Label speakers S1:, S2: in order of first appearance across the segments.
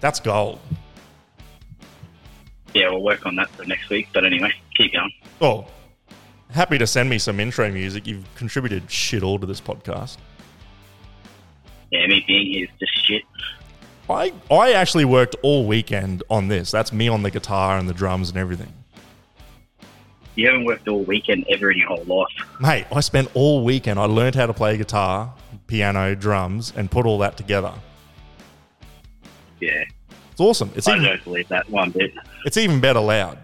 S1: That's gold.
S2: Yeah, we'll work on that for next week. But anyway, keep going.
S1: Well, happy to send me some intro music. You've contributed shit all to this podcast.
S2: Yeah, me being here is just shit.
S1: I, I actually worked all weekend on this. That's me on the guitar and the drums and everything.
S2: You haven't worked all weekend ever in your whole life.
S1: Mate, I spent all weekend. I learned how to play guitar, piano, drums, and put all that together.
S2: Yeah,
S1: It's awesome. It's
S2: I
S1: even,
S2: don't believe that one bit.
S1: it's even better loud.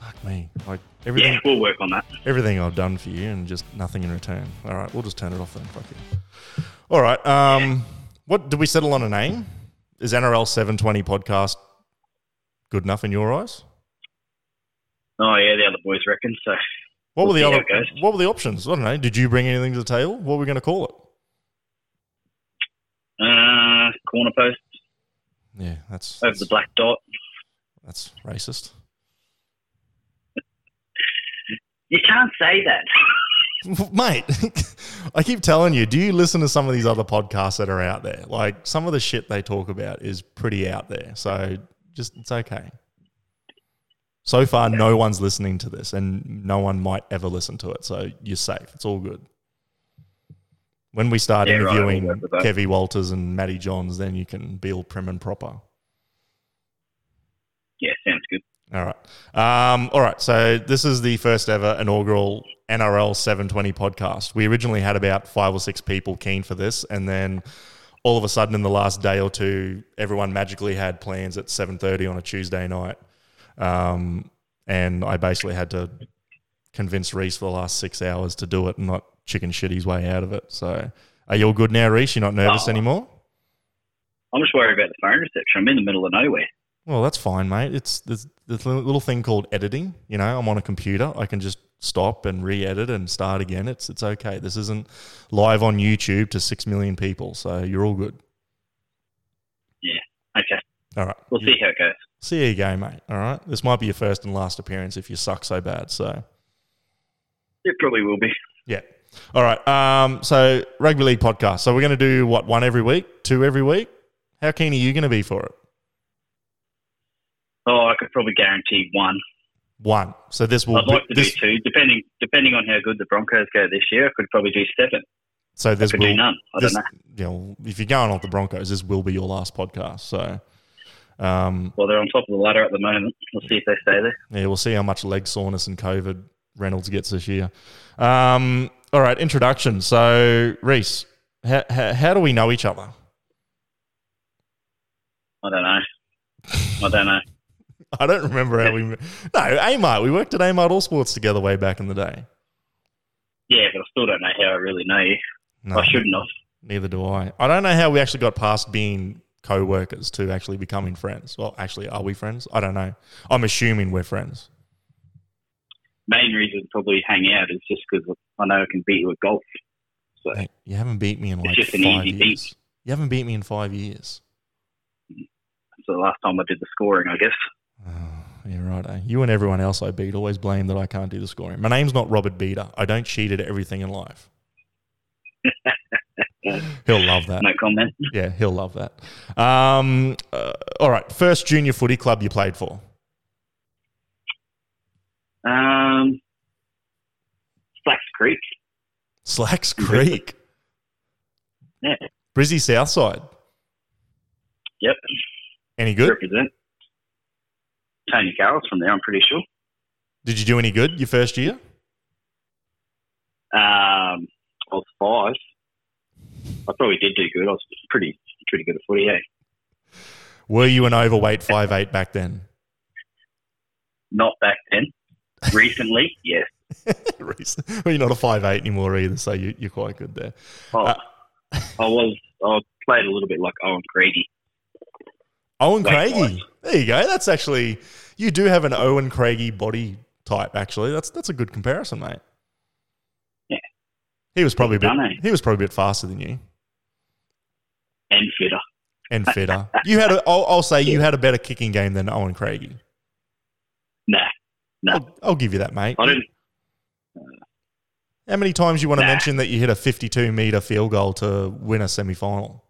S1: Fuck me. Like everything,
S2: Yeah, we'll work on that.
S1: everything I've done for you and just nothing in return. All right, we'll just turn it off then. Fuck you. All right. Um, what did we settle on a name? Is NRL 720 podcast good enough in your eyes?
S2: Oh yeah, the other boys reckon so.
S1: What were the
S2: We'll see
S1: other?
S2: how it goes.
S1: What were the options? I don't know. Did you bring anything to the table? What were we going to call it?
S2: Uh, corner post
S1: Yeah, that's
S2: over the black dot.
S1: that's racist.
S2: You can't say that.
S1: Mate, I keep telling you, do you listen to some of these other podcasts that are out there? Like some of the shit they talk about is pretty out there. So just it's okay. So far no one's listening to this and no one might ever listen to it. So you're safe. It's all good. When we start
S2: Yeah, right, I'll
S1: interviewing
S2: work with that.
S1: Kevy Walters and Matty Johns, then you can be all prim and proper.
S2: Yeah, sounds good.
S1: All right. Um, all right. So this is the first ever inaugural NRL 720 podcast. We originally had about five or six people keen for this, and then all of a sudden, in the last day or two, everyone magically had plans at 7:30 on a Tuesday night, um, and I basically had to convince Reese for the last six hours to do it and not chicken shit his way out of it. So, are you all good now, Reese? You're not nervous
S2: Oh.
S1: anymore?
S2: I'm just worried about the phone reception. I'm in the middle of nowhere.
S1: Well, that's fine, mate. It's this, this li- little thing called editing. You know, I'm on a computer. I can just stop and re-edit and start again. It's it's okay. This isn't live on YouTube to six million people, so you're all good.
S2: Okay,
S1: All right.
S2: we'll
S1: You-
S2: see how it goes.
S1: See you go, mate. All right. This might be your first and last appearance if you suck so bad. So
S2: It probably will be.
S1: yeah. All right. Um. So rugby league podcast. So we're going to do what one every week, two every week. How keen are you going to be for it?
S2: Oh, I could probably guarantee one.
S1: One. So this will
S2: I'd like to
S1: be, this.
S2: do two, depending depending on how good the Broncos go this year. I could probably do seven.
S1: So
S2: I
S1: this
S2: could
S1: will
S2: do none. I
S1: this,
S2: don't know.
S1: You know, if you're going off the Broncos, this will be your last podcast. So, um,
S2: Well, they're on top of the ladder at the moment. We'll see if they stay there.
S1: yeah, we'll see how much leg soreness and COVID Reynolds gets this year. Um, all right, introduction. So, Reese, how, how, how do we know each other?
S2: I don't know. I don't know.
S1: I don't remember how we. No, Amart. We worked at Amart All Sports together way back in the day.
S2: Yeah, but I still don't know how I really know you.
S1: No,
S2: I shouldn't have.
S1: Neither do I. I don't know how we actually got past being co-workers to actually becoming friends. Well, actually, are we friends? I don't know. I'm assuming we're friends.
S2: Main reason to probably hang out is just because I know I can beat you at golf. So
S1: Mate, you haven't beat me in like
S2: just an
S1: five
S2: easy
S1: years.
S2: beat.
S1: You haven't beat me in five years.
S2: that's the last time I did the scoring, I guess.
S1: Oh, yeah, right. Eh? You and everyone else I beat always blame that I can't do the scoring. My name's not Robert Beater. I don't cheat at everything in life. he'll love that.
S2: No comment.
S1: Yeah, he'll love that. Um, uh, all right, first junior footy club you played for.
S2: Um, Slacks Creek.
S1: Slacks Creek.
S2: Yeah.
S1: Brizzy Southside.
S2: Yep.
S1: Any good?
S2: Represent. Tony Carroll's from there, I'm pretty sure.
S1: Did you do any good your first year?
S2: Um, I was five. I probably did do good. I was pretty pretty good at footy. Hey,
S1: Were you an overweight five eight back then?
S2: not back then. Recently, yes.
S1: Reason- well, you're not a five eight anymore either, so you, you're quite good there.
S2: Oh,
S1: Uh,
S2: I was. I played a little bit like Owen Creedy.
S1: Owen
S2: Weight-wise.
S1: Craigie, there you go. That's actually you do have an Owen Craigie body type. Actually, that's that's a good comparison, mate.
S2: Yeah.
S1: he was probably a bit,
S2: Done, eh?
S1: he was probably a bit faster than you
S2: and fitter.
S1: and fitter. you had a, I'll, I'll say you had a better kicking game than Owen Craigie.
S2: Nah, No.
S1: I'll, I'll give you that, mate.
S2: I didn't.
S1: How many times you want to
S2: Nah.
S1: mention that you hit a 52 meter field goal to win a semi final?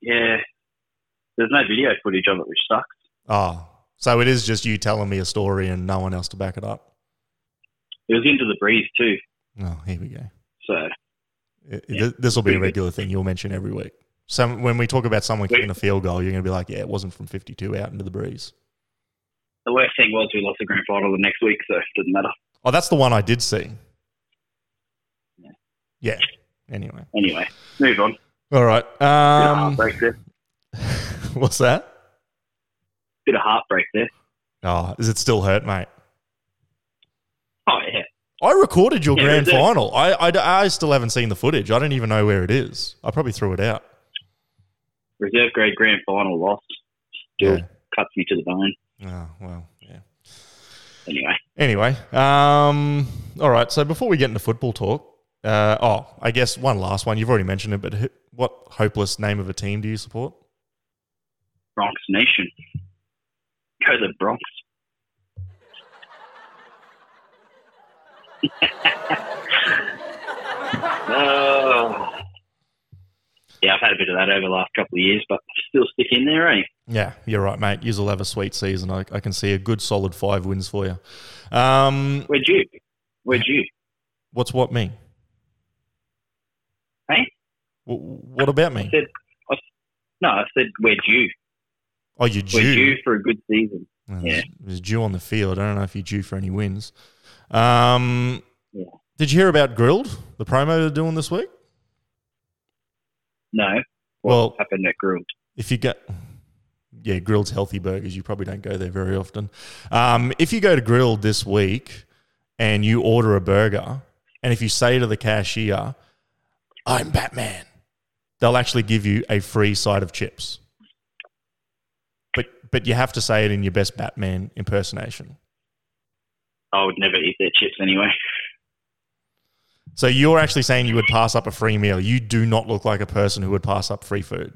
S2: Yeah, there's no video footage of it, which sucks.
S1: Ah, so it is just you telling me a story and no one else to back it up.
S2: It was into the breeze too,
S1: Oh, here we go.
S2: so Yeah.
S1: This will be a regular thing you'll mention every week. So when we talk about someone kicking a field goal, you're going to be like, yeah, it wasn't from 52 out into the breeze.
S2: the worst thing was we lost the grand final the next week, so it didn't matter.
S1: Oh, that's the one I did see.
S2: Yeah.
S1: Yeah. Anyway.
S2: Anyway, move on.
S1: All right.
S2: Bit of
S1: Um,
S2: heartbreak there.
S1: what's that?
S2: Bit of heartbreak there.
S1: Oh, is it still hurt, mate?
S2: Oh yeah,
S1: I recorded your
S2: Yeah,
S1: grand
S2: it is.
S1: final. I, I, I still haven't seen the footage. I don't even know where it is. I probably threw it out.
S2: reserve grade grand final loss. Still cuts me to the bone.
S1: Yeah. Oh, well, yeah.
S2: Anyway,
S1: Anyway, um, all right. So before we get into football talk, uh, oh, I guess one last one. You've already mentioned it, but who, what hopeless name of a team do you support?
S2: Bronx Nation. Go the Bronx. oh. Yeah, I've had a bit of that over the last couple of years, but still stick in there, eh?
S1: Yeah, you're right, mate. You'll have a sweet season. I, I can see a good solid five wins for you. Um,
S2: Where'd you? Where'd you?
S1: what's what me?
S2: Hey?
S1: W- what about me?
S2: No, I said where'd you?
S1: Oh, you're
S2: We're
S1: due.
S2: due for a good season.
S1: Well,
S2: Yeah.
S1: there's, there's dew on the field. I don't know if you're due for any wins. Um,
S2: Yeah.
S1: Did you hear about Grilled, the promo they're doing this week?
S2: No. What
S1: Well-
S2: happened at Grilled?
S1: If you get, yeah, Grilled's healthy burgers, you probably don't go there very often. Um, if you go to Grilled this week and you order a burger, and if you say to the cashier, I'm Batman, they'll actually give you a free side of chips. But, but you have to say it in your best Batman impersonation.
S2: I would never eat their chips anyway.
S1: So you're actually saying you would pass up a free meal. You do not look like a person who would pass up free food.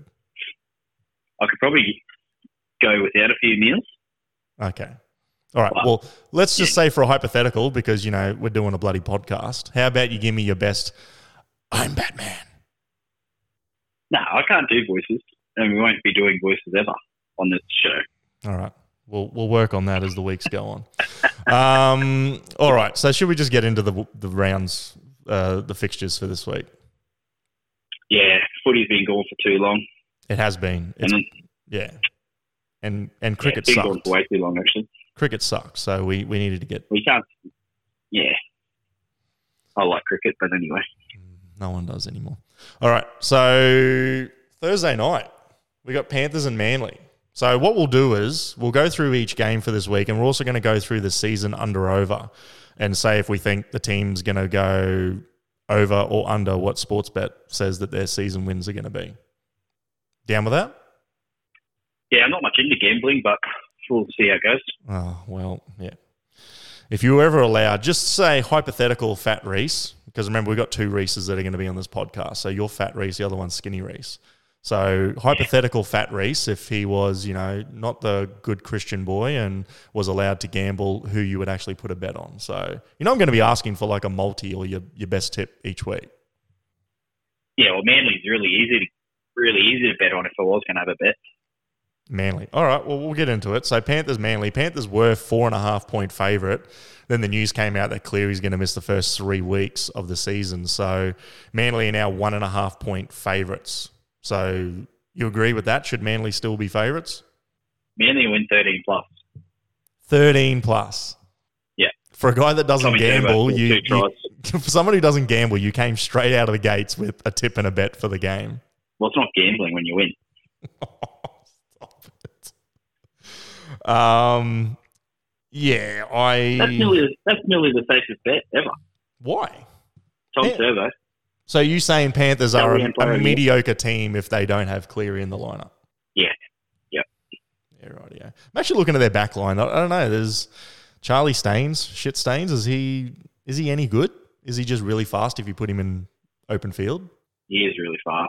S2: I could probably go without a few meals.
S1: Okay. All right.
S2: Wow.
S1: Well, let's just say for a hypothetical, because you know we're doing a bloody podcast. How about you give me your best? I'm Batman.
S2: No, I can't do voices, and we won't be doing voices ever on this show.
S1: All right. We'll we'll work on that as the weeks go on. Um, all right. So should we just get into the the rounds, uh, the fixtures for this week?
S2: Yeah, footy's been gone for too long,
S1: It has been. It's,
S2: and then-
S1: yeah. And and
S2: yeah,
S1: cricket
S2: it's been gone
S1: sucks.
S2: for way too long. Actually,
S1: Cricket sucks. So we we needed to get
S2: we can't. Yeah, I like cricket, but anyway,
S1: No one does anymore. All right. So Thursday night, we got Panthers and Manly. So what we'll do is we'll go through each game for this week, and we're also going to go through the season under over, and say if we think the team's going to go over or under what Sportsbet says that their season wins are going to be. Down with that?
S2: yeah, I'm not much into gambling, but we'll see how it goes.
S1: Oh, well, yeah. If you were ever allowed, just say hypothetical fat Reese, because remember, we've got two Reeses that are going to be on this podcast. So you're fat Reese, the other one's skinny Reese. So hypothetical fat Reese, if he was, you know, not the good Christian boy and was allowed to gamble, who you would actually put a bet on. So you're not going to be asking for like a multi or your, your best tip each week.
S2: Yeah, well, Manly's really easy, to, really easy to bet on if I was going to have a bet.
S1: Manly. All right, well, we'll get into it. So Panthers, Manly. Panthers were four and a half point favourite. Then the news came out that Cleary's going to miss the first three weeks of the season. So Manly are now one and a half point favourites. So you agree with that? Should Manly still be favourites?
S2: Manly win 13 plus.
S1: 13 plus.
S2: Yeah.
S1: For a guy that doesn't
S2: Tommy Turbo,
S1: gamble, you,
S2: two
S1: you
S2: tries.
S1: for someone who doesn't gamble, you came straight out of the gates with a tip and a bet for the game.
S2: Well, it's not gambling when you win.
S1: Stop it. Um, yeah, I.
S2: That's nearly that's nearly the safest bet ever.
S1: Why?
S2: Tom
S1: Yeah.
S2: Servo.
S1: So you saying Panthers
S2: Don't
S1: are
S2: we
S1: a,
S2: employ
S1: a
S2: you?
S1: mediocre team if they don't have Cleary in the lineup?
S2: Yeah. Yep.
S1: Yeah, right. Yeah. I'm actually looking at their back line. I, I don't know. There's Charlie Staines. Shit, Staines. Is he is he any good? Is he just really fast? If you put him in open field,
S2: He is really fast.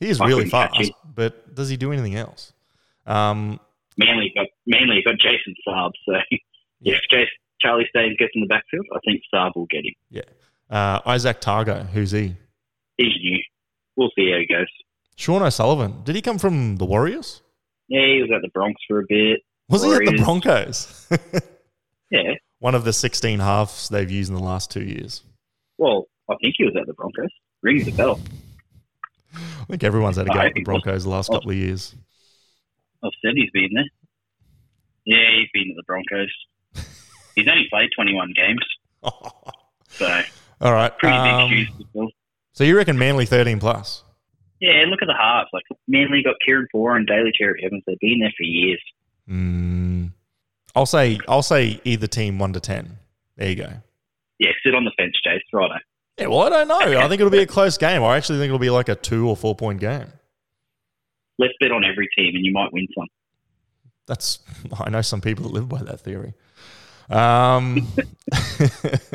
S1: he is
S2: I
S1: really
S2: couldn't catch
S1: fast.
S2: him.
S1: But does he do anything else? Um,
S2: Manly got Manly got Jason Saab, so
S1: Yeah.
S2: if Jason Charlie Staines gets in the backfield, I think Saab will get him.
S1: Yeah. Uh, Isaac Targo, who's he?
S2: He's new. We'll see how he goes.
S1: Sean O'Sullivan. Did he come from the Warriors?
S2: Yeah, he was at the Bronx for a bit.
S1: Was he at
S2: Warriors.
S1: the Broncos?
S2: Yeah.
S1: One of the 16 halves they've used in the last two years.
S2: Well, I think he was at the Broncos. Rings the bell.
S1: I think everyone's had a go
S2: I
S1: at the
S2: think-
S1: Broncos the
S2: Oh.
S1: last couple of years.
S2: I've said he's been there. Yeah, he's been at the Broncos. he's only played 21 games,
S1: All
S2: so
S1: right.
S2: pretty
S1: um,
S2: big shoes to fill.
S1: so you reckon Manly 13 plus?
S2: Yeah, look at the halves. Like Manly got Kieran Four and Daly Cherry Evans. They've been there for years.
S1: Mm, I'll say I'll say either team one to ten. There you go.
S2: Yeah, sit on the fence, Jace. Righto.
S1: Yeah, well, I don't know. I think it'll be a close game. I actually think it'll be like a two or four point game.
S2: Let's bet on every team, and you might win some.
S1: That's I know some people that live by that theory. Um,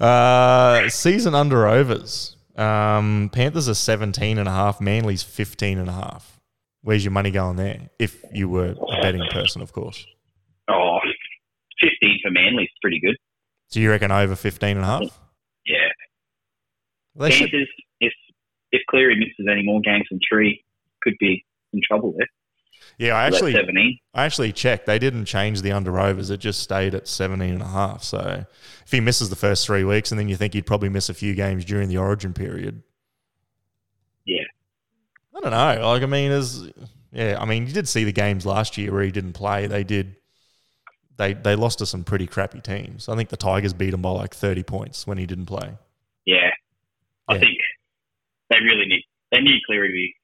S1: uh, season under overs. Um, Panthers are 17 and a half, Manly's 15 and a half. Where's your money going there? If you were a betting person, of course.
S2: Oh, 15 for Manly is pretty good.
S1: So you reckon over 15 and a half?
S2: Yeah.
S1: They should,
S2: Panthers, if, if Cleary misses any more games than three, could be in trouble there.
S1: yeah, I
S2: So that's
S1: actually
S2: 17.
S1: I actually checked. They didn't change the under overs. It just stayed at 17 and a half. So if he misses the first three weeks and then you think he'd probably miss a few games during the origin period.
S2: Yeah.
S1: I don't know. Like, I mean, is yeah, I mean, you did see the games last year where he didn't play. They did. They, they lost to some pretty crappy teams. I think the Tigers beat him by like 30 points when he didn't play.
S2: Yeah. I
S1: Yeah.
S2: think they really need they need Cleary to be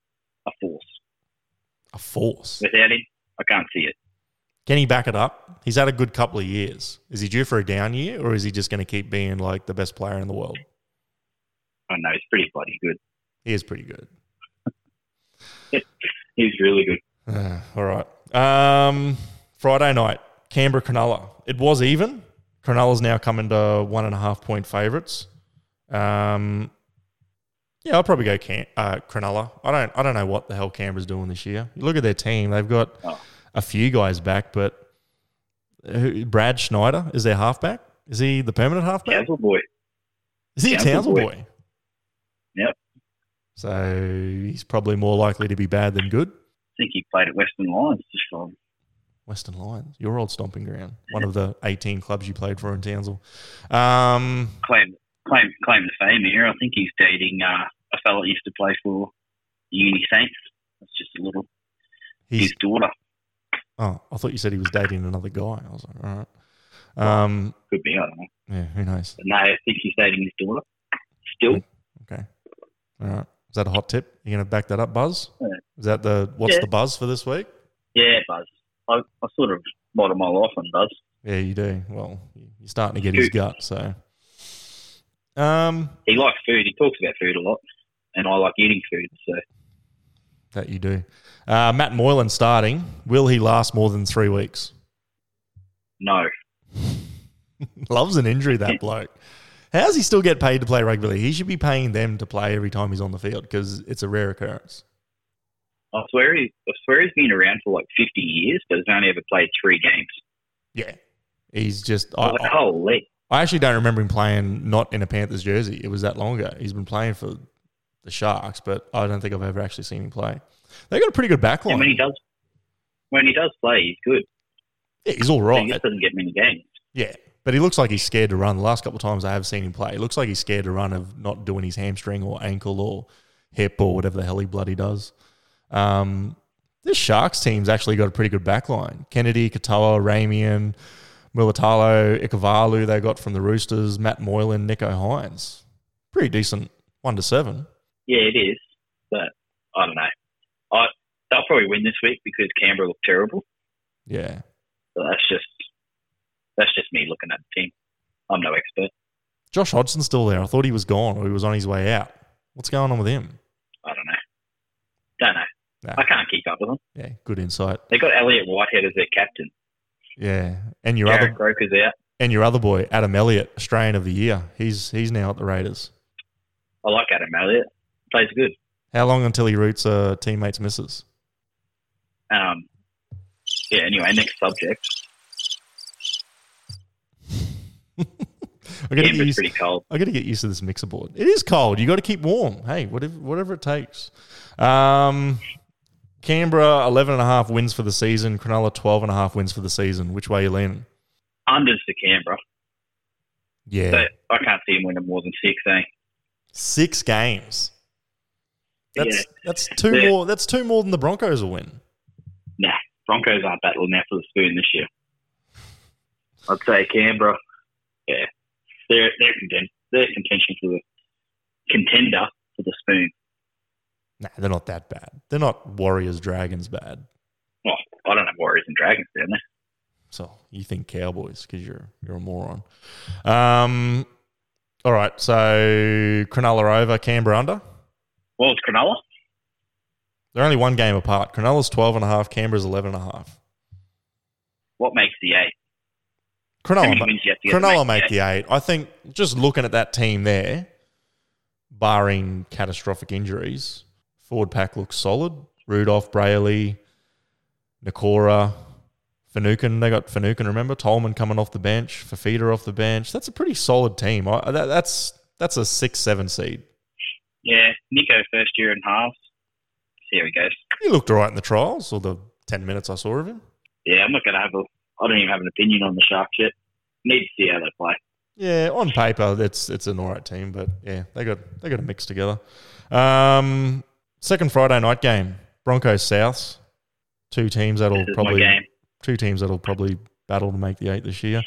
S2: a force.
S1: A force.
S2: Without him, I can't see it.
S1: Can he back it up? He's had a good couple of years. Is he due for a down year or is he just going to keep being like the best player in the world?
S2: I know he's pretty bloody good.
S1: He is pretty good.
S2: He's really good.
S1: Uh, all right. Um, Friday night, Canberra Cronulla. It was even. Cronulla's now come into one and a half point favourites. Um, yeah, I'll probably go Can- uh, Cronulla. I don't. I don't know what the hell Canberra's doing this year. You look at their team; they've got
S2: Oh.
S1: a few guys back, but uh, who, Brad Schneider is their halfback. Is he the permanent halfback?
S2: Castle boy.
S1: Is he a
S2: Townsville
S1: Townsville
S2: boy.
S1: boy?
S2: Yep.
S1: So he's probably more likely to be bad than good.
S2: I think he played at Western Lions just for
S1: Western Lions, your old stomping ground, one of the 18 clubs you played for in Townsville. Um,
S2: claim claim claim to fame here. I think he's dating uh, a fella that used to play for the Uni Saints. That's just a little
S1: he's,
S2: his daughter.
S1: oh, I thought you said he was dating another guy. I was like, all right. Um,
S2: Could be, I don't know.
S1: yeah, who knows?
S2: But no, I think he's dating his daughter. Still.
S1: Okay. All right. Is that a hot tip? You going to back that up, Buzz?
S2: Yeah.
S1: Is that the, what's
S2: Yeah.
S1: the buzz for this week?
S2: Yeah, Buzz. I, I sort of model my life on Buzz.
S1: Yeah, you do. Well, you're starting to get his
S2: Who-
S1: gut, so. Um,
S2: He likes food. He talks about food a lot. And I like eating food, so
S1: That you do. Uh, Matt Moylan starting. Will he last more than three weeks?
S2: no.
S1: Loves an injury, that bloke. How does he still get paid to play rugby league? He should be paying them to play every time he's on the field because it's a rare occurrence.
S2: I swear, he, I swear he's been around for like 50 years, but has only ever played three games.
S1: Yeah. He's just.
S2: I
S1: I,
S2: was like,
S1: I,
S2: holy.
S1: I actually don't remember him playing not in a Panthers jersey. It was that long ago. He's been playing for the Sharks, but I don't think I've ever actually seen him play. They got a pretty good back
S2: And when he
S1: line.
S2: does, when he does play, he's good.
S1: Yeah, he's all
S2: He
S1: right.
S2: just doesn't get many games.
S1: Yeah, but he looks like he's scared to run. The last couple of times I have seen him play, it looks like he's scared to run of not doing his hamstring or ankle or hip or whatever the hell he bloody does. Um, this Sharks team's actually got a pretty good back line. Kennedy, Katoa, Ramian, Mulatalo, Ikavalu they got from the Roosters, Matt Moylan, Nico Hines. Pretty decent. One to seven.
S2: Yeah, it is, but I don't know. I they'll probably win this week because Canberra looked terrible.
S1: Yeah.
S2: But that's just that's just me looking at the team. I'm no expert.
S1: Josh Hodgson's still there. I thought he was gone or he was on his way out. What's going on with him?
S2: I don't know. Don't know.
S1: Nah.
S2: I can't keep up with them.
S1: Yeah, good insight.
S2: They got Elliot Whitehead as their captain.
S1: Yeah. And your other
S2: Jared Croker's out.
S1: And your other boy, Adam Elliott, Australian of the Year. He's he's now at the Raiders.
S2: I like Adam Elliott. Plays good.
S1: How long until he roots a teammate's misses?
S2: Um, yeah. Anyway, next subject.
S1: I gotta
S2: Yeah,
S1: get
S2: but
S1: used.
S2: pretty cold.
S1: I got to get used to this mixer board. It is cold. You got to keep warm. Hey, whatever, whatever it takes. Um, Canberra, 11 and a half wins for the season. Cronulla, 12 and a half wins for the season. Which way you leaning?
S2: Unders for Canberra,
S1: Yeah.
S2: but I can't see him winning more than six. Eh?
S1: Six games. That's
S2: Yeah.
S1: that's two
S2: Yeah.
S1: more. That's two more than the Broncos will win.
S2: Nah, Broncos aren't battling now for the spoon this year. I'd say Canberra. Yeah, they're they're contend they're contention for the contender for the spoon.
S1: Nah, they're not that bad. They're not Warriors Dragons bad.
S2: Well, Oh, I don't have Warriors and Dragons down there.
S1: So you think Cowboys because you're you're a moron. Um, all right. So Cronulla over, Canberra under.
S2: Well, it's Cronulla.
S1: They're only one game apart. Cronulla's 12 and a half, Canberra's 11 and a half.
S2: What makes the eight? How
S1: Cronulla,
S2: many
S1: ma-
S2: wins do you have to get to
S1: Cronulla
S2: make
S1: make the eight. I think just looking at that team there, barring catastrophic injuries, forward pack looks solid. Rudolph, Brayley, Nakora, Finucane. They got Finucane, remember? Tolman coming off the bench, Fafita off the bench. That's a pretty solid team. I, that, that's, that's a 6 7 seed.
S2: Yeah, Nico first year and halves. See how he goes.
S1: He looked all right in the trials or the 10 minutes I saw of him.
S2: Yeah, I'm not gonna have a. I don't even have an opinion on the Shark yet. Need to see how they play.
S1: Yeah, on paper, it's it's an alright team, but yeah, they got they got a mix together. Um, second Friday night game, Broncos Souths, two teams that'll
S2: This is
S1: probably
S2: my game.
S1: two teams that'll probably battle to make the eight this year.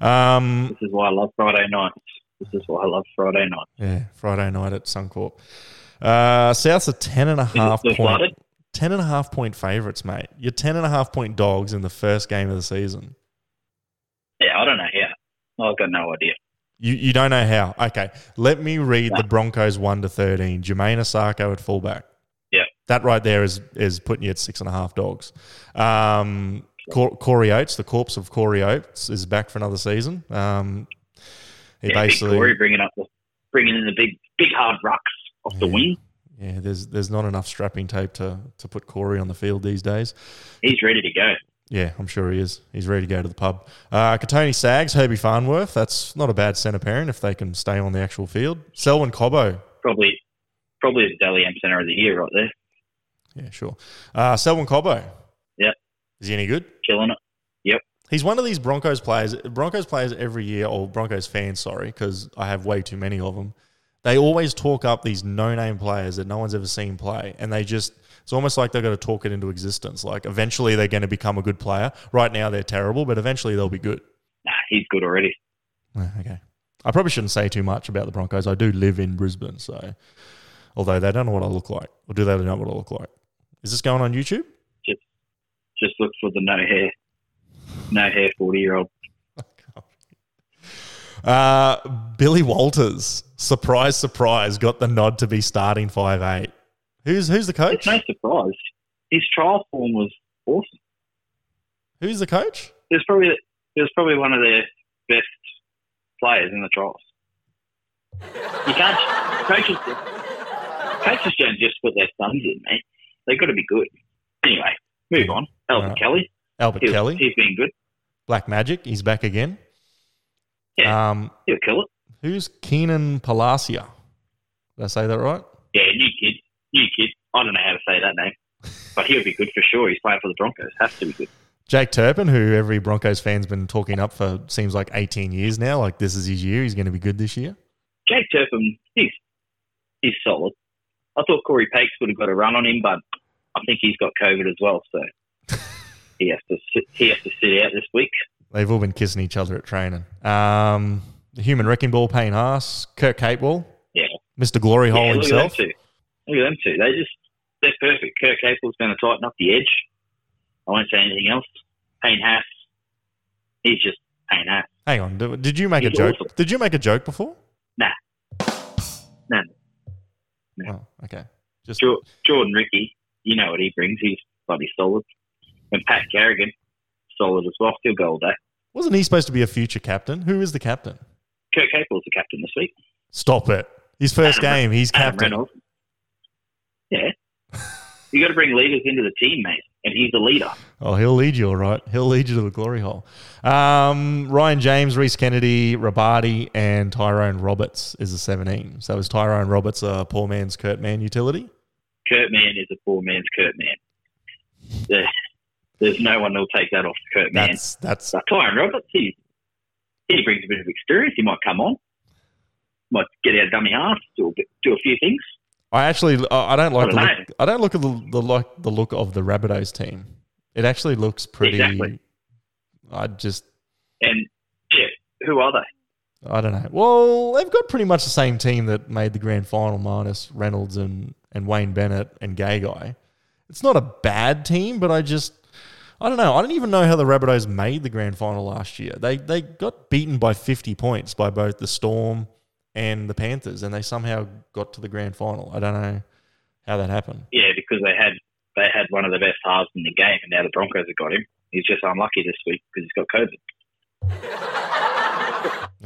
S1: Um,
S2: This is why I love Friday nights. This is why I love Friday nights.
S1: yeah, Friday night at Suncorp. Uh, Souths are ten and a
S2: it
S1: half
S2: still
S1: point
S2: flooded?
S1: ten and a half point favourites, mate. You're ten and a half point dogs in the first game of the season.
S2: Yeah, I don't know how. I've got no idea.
S1: You, you don't know how. Okay. Let me read
S2: No.
S1: the Broncos 1 to 13. Jermaine Asako at fullback.
S2: Yeah.
S1: That right there is is putting you at six and a half dogs. Um, Cor- Corey Oates, the corpse of Corey Oates, is back for another season. Um, he
S2: Yeah, big
S1: basically.
S2: Corey bringing up the bringing in the big big hard rucks off the
S1: Yeah.
S2: wing.
S1: Yeah, there's there's not enough strapping tape to, to put Corey on the field these days.
S2: He's ready to go.
S1: Yeah, I'm sure he is. He's ready to go to the pub. Uh, Katoni Sags, Herbie Farnworth. That's not a bad centre pairing if they can stay on the actual field. Selwyn Cobbo,
S2: Probably probably the Dally M Center of the year right there.
S1: Yeah, sure. Uh, Selwyn Cobbo.
S2: Yep.
S1: Is he any good?
S2: Killing it.
S1: He's one of these Broncos players. Broncos players every year, or Broncos fans, sorry, because I have way too many of them. They always talk up these no-name players that no one's ever seen play, and they just—it's almost like they're going to talk it into existence. Like eventually they're going to become a good player. Right now they're terrible, but eventually they'll be good.
S2: Nah, he's good already.
S1: Yeah, Okay. I probably shouldn't say too much about the Broncos. I do live in Brisbane, so although they don't know what I look like, or do they know what I look like? Is this going on YouTube?
S2: Just look for the no hair no hair forty year old.
S1: Uh, Billy Walters, surprise, surprise, got the nod to be starting five eight. Who's who's the
S2: It's
S1: coach?
S2: no surprise. His trial form was awesome.
S1: Who's the coach?
S2: It was probably it was probably one of their best players in the trials. You can't coaches coaches don't just put their thumbs in, mate. They've got to be good. Anyway, move on. Elvin
S1: Alright.
S2: Kelly,
S1: Albert
S2: he was,
S1: Kelly,
S2: he's been good.
S1: Black Magic. He's back again.
S2: Yeah.
S1: Um,
S2: He'll kill it.
S1: who's Keenan Palacia? Did I say that right?
S2: Yeah, new kid, new kid. I don't know how to say that name, but he'll be good for sure. He's playing for the Broncos. Has to be good.
S1: Jake Turpin, who every Broncos fan's been talking up for seems like 18 years now. Like this is his year. He's going to be good this year.
S2: Jake Turpin, he's he's solid. I thought Corey Pakes would have got a run on him, but I think he's got COVID as well, so he has to sit, he has to sit out this week.
S1: They've all been kissing each other at training. Um, the human wrecking ball, Payne Haas, Kirk Capewell,
S2: Yeah.
S1: Mr. Glory Hole
S2: yeah, look
S1: himself.
S2: at them two. Look at them two. They just they're perfect. Kirk Capel's going to tighten up the edge. I won't say anything else. Payne Haas, he's just Payne Haas.
S1: Hang on, d- did you make a
S2: He's
S1: joke?
S2: awesome.
S1: Did you make a joke before?
S2: Nah. No. No.
S1: Oh, okay. Just
S2: Jo- Jordan Ricky, you know what he brings. He's bloody solid. And Pat Carrigan, solid as well. eh? He'll go all day.
S1: wasn't he supposed to be a future captain? Who is the captain?
S2: Kirk Capel's the captain this week.
S1: Stop it! His first
S2: Adam Re-
S1: game, he's
S2: Adam
S1: captain.
S2: Reynolds. Yeah. you got to bring leaders into the team, mate. And he's a leader.
S1: Oh, he'll lead you, all right. He'll lead you to the glory hole. Um, Ryan James, Reese Kennedy, Rabadi, and Tyrone Roberts is the 17. So is Tyrone Roberts a poor man's Kurt Man utility?
S2: Kurt Man is a poor man's Kurt Man. There- There's no one that'll take that off Kurt Man.
S1: That's that's
S2: But Tyron Roberts, he, he brings a bit of experience. He might come on, might get our dummy ass, do a, bit, do a few things.
S1: I actually I I don't like
S2: I
S1: the
S2: don't
S1: look, I don't look at the, the like the look of the Rabbitohs team. It actually looks pretty.
S2: Exactly.
S1: I just
S2: And yeah, who are they?
S1: I don't know. Well, they've got pretty much the same team that made the grand final, minus Reynolds and and Wayne Bennett and Gay Guy. It's not a bad team, but I just I don't know. I don't even know how the Rabbitohs made the grand final last year. They they got beaten by fifty points by both the Storm and the Panthers, and they somehow got to the grand final. I don't know how that happened.
S2: Yeah, because they had they had one of the best halves in the game, and now the Broncos have got him. He's just unlucky this week because he's got COVID.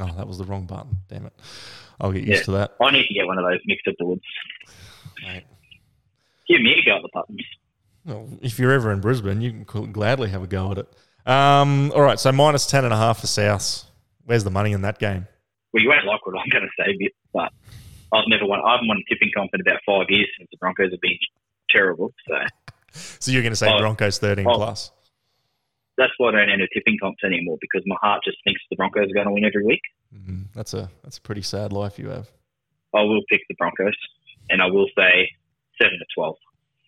S1: Oh, that was the wrong button. Damn it. I'll get used
S2: Yeah.
S1: to that.
S2: I need to get one of those mixer boards.
S1: Mate.
S2: Give me a go at the buttons.
S1: Well, if you're ever in Brisbane, you can cl- gladly have a go at it. Um, all right, so minus 10.5 for South. Where's the money in that game?
S2: Well, you won't like what I'm going to say, but I've never won. I haven't won a tipping comp in about five years since the Broncos have been terrible. So
S1: So you're going to say
S2: Oh.
S1: Broncos 13
S2: Oh.
S1: plus.
S2: that's why I don't enter tipping comps anymore because my heart just thinks the Broncos are going to win every week.
S1: Mhm. That's a that's a pretty sad life you have.
S2: I will pick the Broncos, and I will say seven to twelve.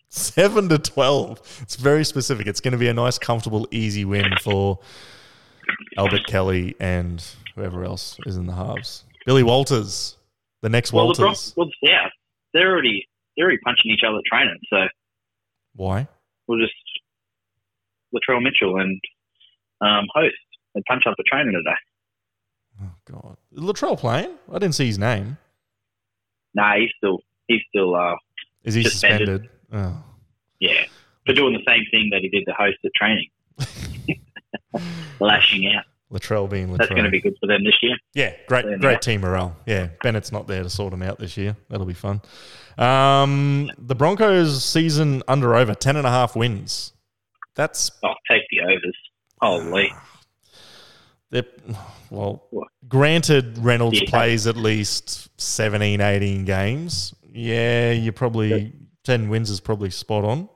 S1: 7 to 12. It's very specific. It's going to be a nice, comfortable, easy win for Albert Kelly and whoever else is in the halves. Billy Walters, the next
S2: Well, the Broncos,
S1: Walters.
S2: well, yeah, they're already they're already punching each other at training, so
S1: Why?
S2: we'll just Latrell Mitchell and um, host and punch up the training today.
S1: Oh, God. Latrell playing? I didn't see his name.
S2: Nah, he's still he's still uh,
S1: Is he suspended?
S2: Suspended.
S1: Oh.
S2: yeah for doing the same thing that he did to host at training, lashing out.
S1: Latrell being Latrell.
S2: That's going to be good for them this year.
S1: yeah, great,
S2: Yeah.
S1: great team morale. Yeah, Bennett's not there to sort him out this year. That'll be fun. Um, the Broncos season under over ten and a half wins. That's
S2: Oh, take the overs. Holy,
S1: they're- well,
S2: What?
S1: granted Reynolds
S2: Yeah.
S1: plays at least 17, 18 games. Yeah, you probably ten wins is probably spot on.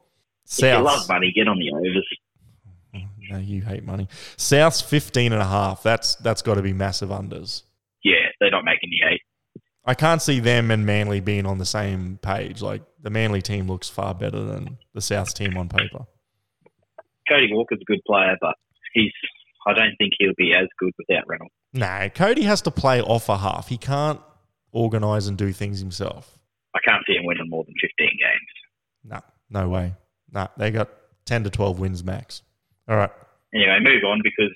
S2: if you
S1: South,
S2: love money, get on the overs.
S1: no, you hate money. South's 15 and a half. That's that's got to be massive unders.
S2: Yeah, they're not making the eight.
S1: I can't see them and Manly being on the same page. Like the Manly team looks far better than the South team on paper.
S2: Cody Walker's a good player, but he's. I don't think he'll be as good without Reynolds.
S1: No, Cody has to play off a half. He can't organise and do things himself.
S2: I can't see him winning more than 15 games.
S1: No, no way. No, they got ten to twelve wins max. All right,
S2: Anyway, move on because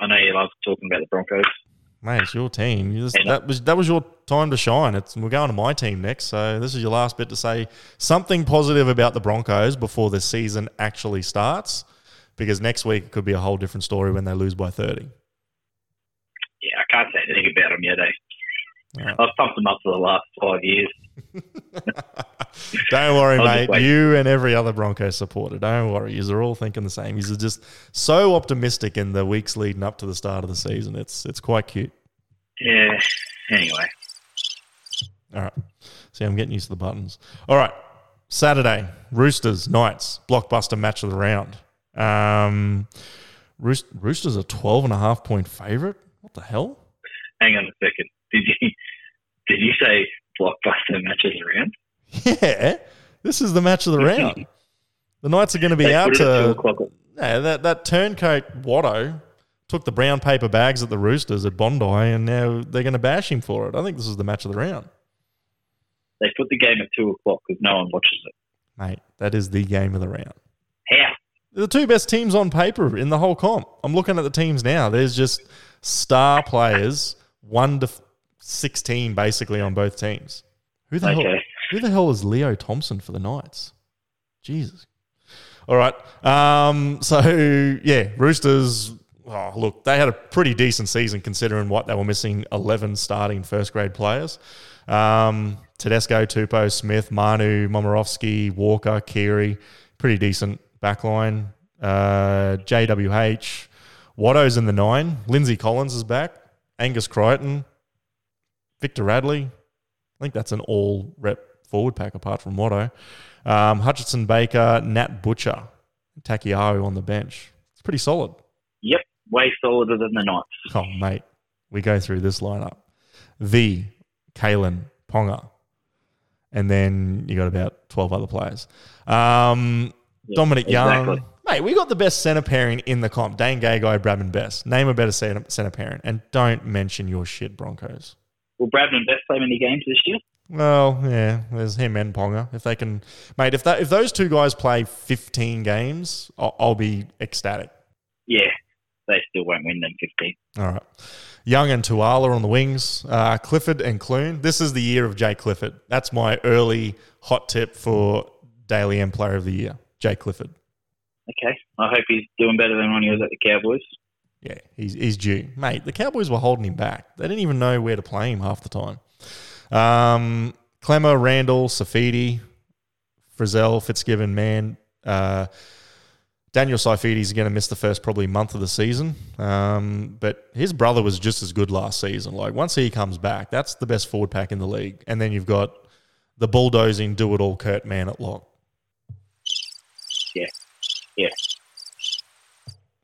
S2: I know you love talking about the Broncos.
S1: mate, it's your team. You just-
S2: And-
S1: that was that was your time to shine. It's, we're going to my team next, so this is your last bit to say something positive about the Broncos before the season actually starts, because next week it could be a whole different story when they lose by thirty.
S2: Yeah, I can't say anything about them yet. Eh?
S1: All right.
S2: I've pumped them up for the last five years.
S1: don't worry,
S2: I'll just
S1: mate.
S2: wait.
S1: You and every other Broncos supporter, don't worry. Yous are all thinking the same. Yous are just so optimistic in the weeks leading up to the start of the season. It's it's quite cute.
S2: Yeah. Anyway,
S1: All right. See, I'm getting used to the buttons. All right. Saturday, Roosters, Knights, blockbuster match of the round. Um, Roos- Roosters are 12 and a half point favorite. What the hell?
S2: hang on a second. Did you did you say blockbuster matches around?
S1: Yeah. This is the match of the round. The Knights are going to be
S2: They
S1: out
S2: put it at two
S1: to
S2: o'clock.
S1: No, that, that turncoat Watto took the brown paper bags at the Roosters at Bondi, and now they're going to bash him for it. I think this is the match of the round,
S2: They put the game at two o'clock because no one watches it.
S1: mate. That is the game of the round.
S2: How?
S1: They're the two best teams on paper in the whole comp. I'm looking at the teams now. There's just star players, one to f- sixteen, basically on both teams. Who the hell?
S2: Okay.
S1: Who the hell is Leo Thompson for the Knights? Jesus. All right. Um, so yeah, Roosters. oh, look, they had a pretty decent season considering what they were missing 11 starting first grade players. Um, Tedesco, Tupou, Smith, Manu, Momorowski, Walker, Keary, pretty decent backline. Uh, JWH, Watto's in the nine. Lindsay Collins is back. Angus Crichton, Victor Radley. I think that's an all rep forward pack apart from Watto. Um, Hutchinson Baker, Nat Butcher, Takiyahu on the bench. It's pretty solid.
S2: Yep, way solider than the Knights.
S1: Oh, mate, we go through this lineup. The Kalen Ponga, and then you got about twelve other players. Um,
S2: Yeah,
S1: Dominic Young,
S2: exactly.
S1: mate, we got the best centre pairing in the comp. Dane Gay guy, Bradman Best. Name a better centre centre pairing, and don't mention your shit Broncos.
S2: Will Bradman Best play many games this year?
S1: Well, yeah, there's him and Ponga. If they can, mate, if that if those two guys play 15 games, I'll, I'll be ecstatic.
S2: Yeah, they still won't win them 15.
S1: All right. Young and Tuala on the wings. Uh, Clifford and Clune. This is the year of Jay Clifford. That's my early hot tip for Daily M Player of the Year, Jay Clifford.
S2: Okay, I hope he's doing better than when he was at the Cowboys.
S1: Yeah, he's, he's due. Mate, the Cowboys were holding him back. They didn't even know where to play him half the time. Um, Clemmer, Randall, Safidi, Frizzell, Fitzgibbon, man. Uh, Daniel Saifidi's going to miss the first probably month of the season. Um, but his brother was just as good last season. Like, once he comes back, that's the best forward pack in the league. And then you've got the bulldozing, do it all Kurt Man at lock.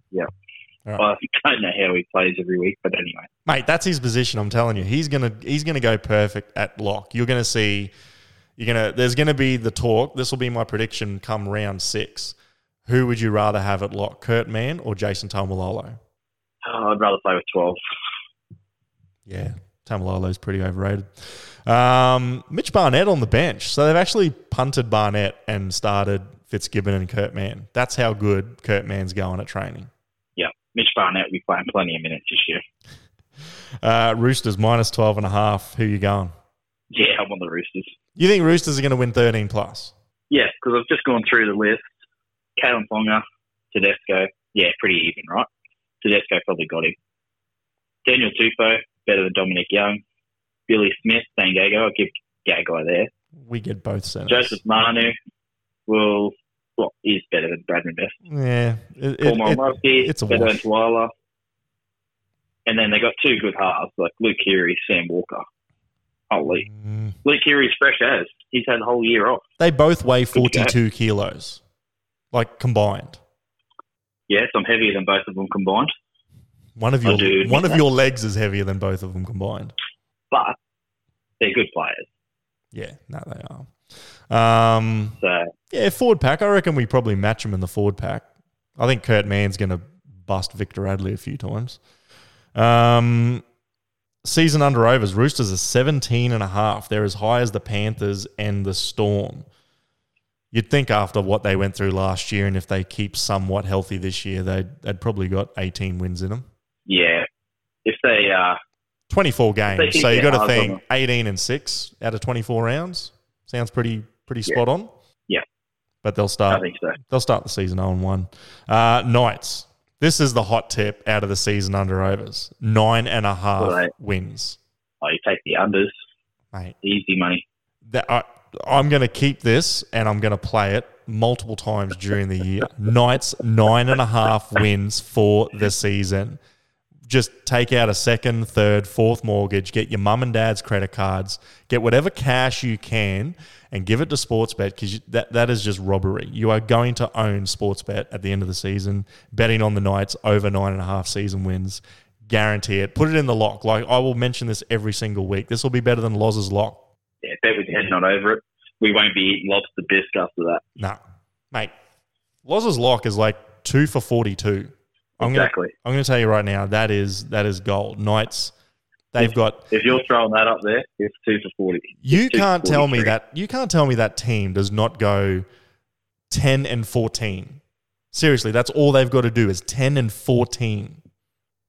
S2: I don't know how he plays every week, but anyway.
S1: Mate, that's his position. I'm telling you, he's gonna he's gonna go perfect at lock. You're gonna see, you're gonna there's gonna be the talk. This will be my prediction come round six. Who would you rather have at lock, Kurt Mann or Jason Tamalolo?
S2: Oh, I'd rather play with 12.
S1: Yeah, Tamalolo's pretty overrated. Um, Mitch Barnett on the bench, so they've actually punted Barnett and started Fitzgibbon and Kurt Mann. That's how good Kurt Mann's going at training.
S2: Mitch Barnett will be playing plenty of minutes this year.
S1: Uh, Roosters minus 12 and a half. Who you going?
S2: Yeah, I'm on the Roosters.
S1: You think Roosters are going to win 13 plus?
S2: Yeah, because I've just gone through the list. Caelan Ponga, Tedesco. Yeah, pretty even, right? Tedesco probably got him. Daniel Tufo, better than Dominic Young. Billy Smith, Dane Gago, I'll give Gagai there.
S1: We get both centers.
S2: Joseph Manu will, well, is better than Bradman Best.
S1: Yeah, it,
S2: Paul
S1: it- it-
S2: Momorowski,
S1: it's a
S2: better than
S1: wash.
S2: Tuala. And then they got two good halves, like Luke Keary, Sam Walker. Holy.
S1: Mm.
S2: Luke Keary's fresh as. He's had the whole year off.
S1: They both weigh
S2: Good to go.
S1: 42 kilos, like combined.
S2: Yes, I'm heavier than both of them combined.
S1: One of
S2: I
S1: your
S2: do.
S1: one of your legs is heavier than both of them combined.
S2: but they're good players.
S1: Yeah, no, they are. Um,
S2: So
S1: yeah, forward pack. I reckon we probably match them in the forward pack. I think Kurt Mann's going to bust Victor Adley a few times. Um, season under overs. Roosters are 17 and a half. They're as high as the Panthers and the Storm. You'd think after what they went through last year and if they keep somewhat healthy this year, they'd, they'd probably got 18 wins in them.
S2: yeah, if they uh,
S1: 24
S2: They
S1: games.
S2: keep
S1: So you
S2: their
S1: got to
S2: eyes on
S1: think
S2: them.
S1: 18 and 6 out of 24 rounds. Sounds pretty pretty
S2: Yeah.
S1: spot on.
S2: Yeah.
S1: But they'll
S2: I
S1: start
S2: think so.
S1: they'll start the season 0 1. Uh, Knights. This is the hot tip out of the season under overs. Nine and a half
S2: Right.
S1: wins.
S2: Oh, you take the unders,
S1: Mate,
S2: easy money.
S1: that I, I'm going to keep this and I'm going to play it multiple times during the year. Knights nine and a half wins for the season. Just take out a second, third, fourth mortgage. Get your mum and dad's credit cards. Get whatever cash you can, and give it to Sportsbet because that that is just robbery. You are going to own Sportsbet at the end of the season. Betting on the Knights over nine and a half season wins, guarantee it. Put it in the lock. Like I will mention this every single week. This will be better than Loz's lock.
S2: Yeah, bet with your head not over it. We won't be eating lobster bisque after that.
S1: No, mate. Loz's lock is like two for forty-two. I'm gonna,
S2: exactly.
S1: I'm gonna tell you right now that is that is gold. Knights, they've got.
S2: If you're throwing that up there, it's two for forty.
S1: You
S2: two
S1: can't tell me
S2: 43.
S1: that you can't tell me that team does not go ten and fourteen. Seriously, that's all they've got to do is ten and fourteen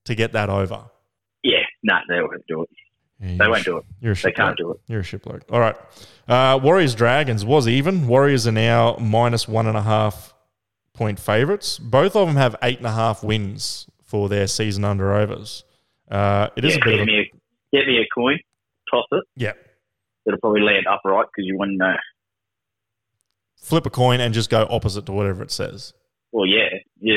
S1: to get that over.
S2: Yeah, no, they won't do it. They won't do it.
S1: You're a
S2: They
S1: shit
S2: can't
S1: bloke.
S2: do it.
S1: You're a shit bloke. All right. Uh, Warriors Dragons was even. Warriors are now minus one and a half point favorites. Both of them have eight and a half wins for their season under overs. Uh, it is
S2: yeah,
S1: a bit
S2: get
S1: of a,
S2: me a, get me a coin, toss it.
S1: Yeah.
S2: It'll probably land upright because you wouldn't know.
S1: flip a coin and just go opposite to whatever it says.
S2: Well, yeah, yeah,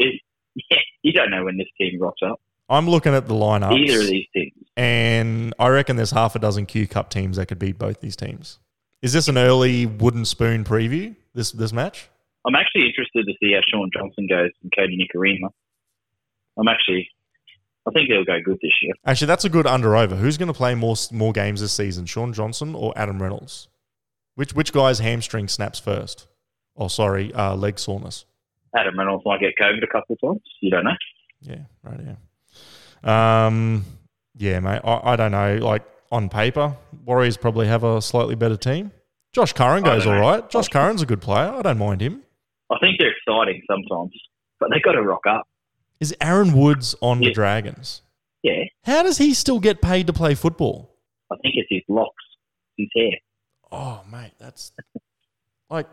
S2: it, yeah. You don't know when this team rocks up.
S1: I'm looking at the
S2: Either of
S1: lineups,
S2: these teams.
S1: and I reckon there's half a dozen Q Cup teams that could beat both these teams. Is this an early wooden spoon preview? This this match?
S2: I'm actually interested to see how Sean Johnson goes and Cody Nicarima. I'm actually, I think they'll go good this year.
S1: Actually, that's a good under over. Who's going to play more more games this season, Sean Johnson or Adam Reynolds? Which which guy's hamstring snaps first? Oh, sorry, uh, leg soreness.
S2: Adam Reynolds might get COVID a couple of times. You don't know.
S1: Yeah, right. Yeah, um, yeah, mate. I, I don't know. Like on paper, Warriors probably have a slightly better team. Josh Curran
S2: I don't
S1: goes all
S2: know.
S1: right. Josh Curran's a good player. I don't mind him.
S2: I think they're exciting sometimes, but they got to rock up.
S1: Is Aaron Woods on the
S2: Yeah.
S1: Dragons?
S2: Yeah,
S1: How does he still get paid to play football?
S2: I think it's his locks, his hair.
S1: Oh, mate, that's like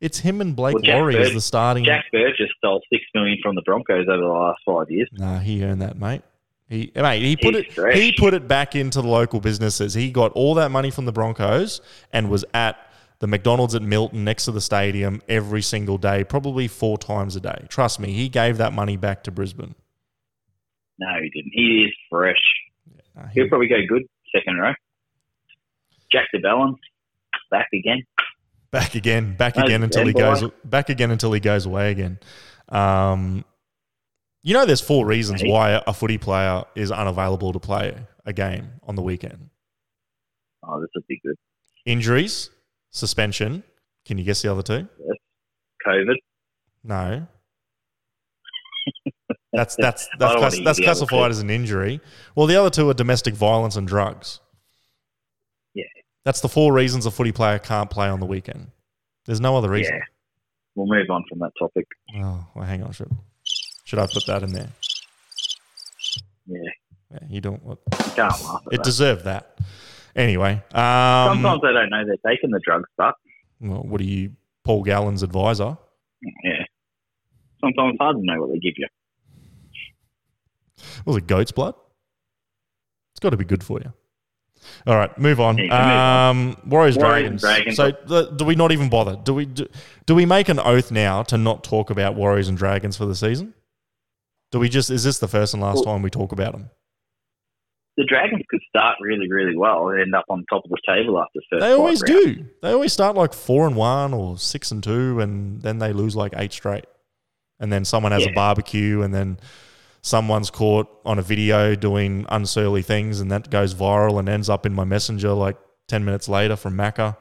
S1: it's him and Blake
S2: Well, Jack
S1: Laurie as
S2: Bird-
S1: the starting.
S2: Jack Burgess stole six million from the Broncos over the last five years.
S1: Nah, he earned that, mate. He mate, he put
S2: He's
S1: it
S2: fresh.
S1: he put it back into the local businesses. He got all that money from the Broncos and was at the McDonald's at Milton next to the stadium every single day, probably four times a day. Trust me, he gave that money back to Brisbane.
S2: No, he didn't. He is fresh.
S1: Nah, he-
S2: He'll probably go good second row. Jack DeBellin back again.
S1: back again, back
S2: That's
S1: again until he
S2: them, boy.
S1: goes back again until he goes away again. Um, you know, there's four reasons
S2: Mate.
S1: why a footy player is unavailable to play a game on the weekend:
S2: Oh, this would be good.
S1: injuries, suspension. Can you guess the other two?
S2: COVID.
S1: No. That's that's that's,
S2: don't wanna
S1: class,
S2: use
S1: that's
S2: the other
S1: classified
S2: two.
S1: as an injury. Well, the other two are domestic violence and drugs.
S2: Yeah.
S1: That's the four reasons a footy player can't play on the weekend. There's no other reason.
S2: Yeah. We'll move on from that topic.
S1: Oh, well, hang on. Should, should I put that in there?
S2: Yeah.
S1: Yeah, you don't. want-
S2: You can't laugh at
S1: It
S2: that.
S1: deserved that. Anyway, um,
S2: Sometimes they don't know they're taking the drugs, but
S1: well, what are you, Paul Gallen's advisor?
S2: yeah. Sometimes it's hard to know what they give you.
S1: Was it goat's blood? It's got to be good for you. All right, move on.
S2: Yeah, move
S1: Um, Warriors, Dragons.
S2: Warriors, Dragons.
S1: So, th- do we not even bother? Do we do, do we make an oath now to not talk about Warriors and Dragons for the season? Do we just? Is this the first and last
S2: Well-
S1: time we talk about them?
S2: The Dragons could start really, really well and end up on top of the table after first.
S1: They always
S2: five rounds.
S1: do. They always start like four and one or six and two, and then they lose like eight straight. And then someone has a
S2: Yeah.
S1: barbecue, and then someone's caught on a video doing unsurly things, and that goes viral and ends up in my messenger like ten minutes later from Macca.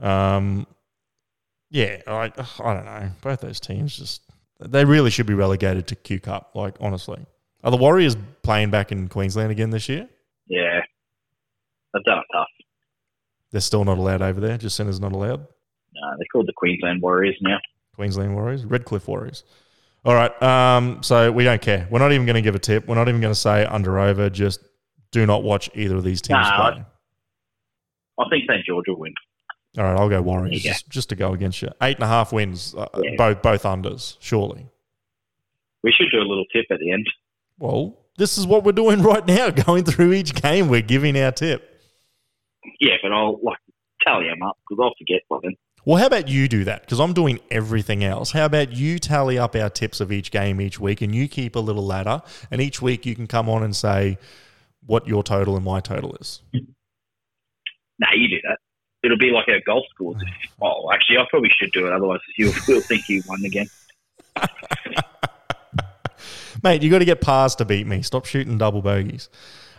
S1: Um, yeah, I I don't know. Both those teams just they really should be relegated to Q Cup. Like honestly, are the Warriors playing back in Queensland again this year?
S2: Yeah. They've done it tough.
S1: They're still not allowed over there. Jacinta's not allowed.
S2: No, they're called the Queensland Warriors now.
S1: Queensland Warriors, Redcliffe Warriors. All right. Um, so we don't care. We're not even going to give a tip. We're not even going to say under over. Just do not watch either of these teams
S2: Nah,
S1: play.
S2: I think St George will win.
S1: All right, I'll go Warriors
S2: There you
S1: just, just to go against you. Eight and a half wins, uh,
S2: Yeah.
S1: both both unders, surely.
S2: We should do a little tip at the end.
S1: Well, this is what we're doing right now. Going through each game, we're giving our tip.
S2: Yeah, but I'll like tally them up because I'll forget something.
S1: Well, how about you do that? Because I'm doing everything else. How about you tally up our tips of each game each week and you keep a little ladder? And each week you can come on and say what your total and my total is.
S2: Nah, you do that. It'll be like our golf scores. Oh, actually, I probably should do it. Otherwise, you'll, you'll think you won again.
S1: Mate, you got to get past to beat me. Stop shooting double bogeys.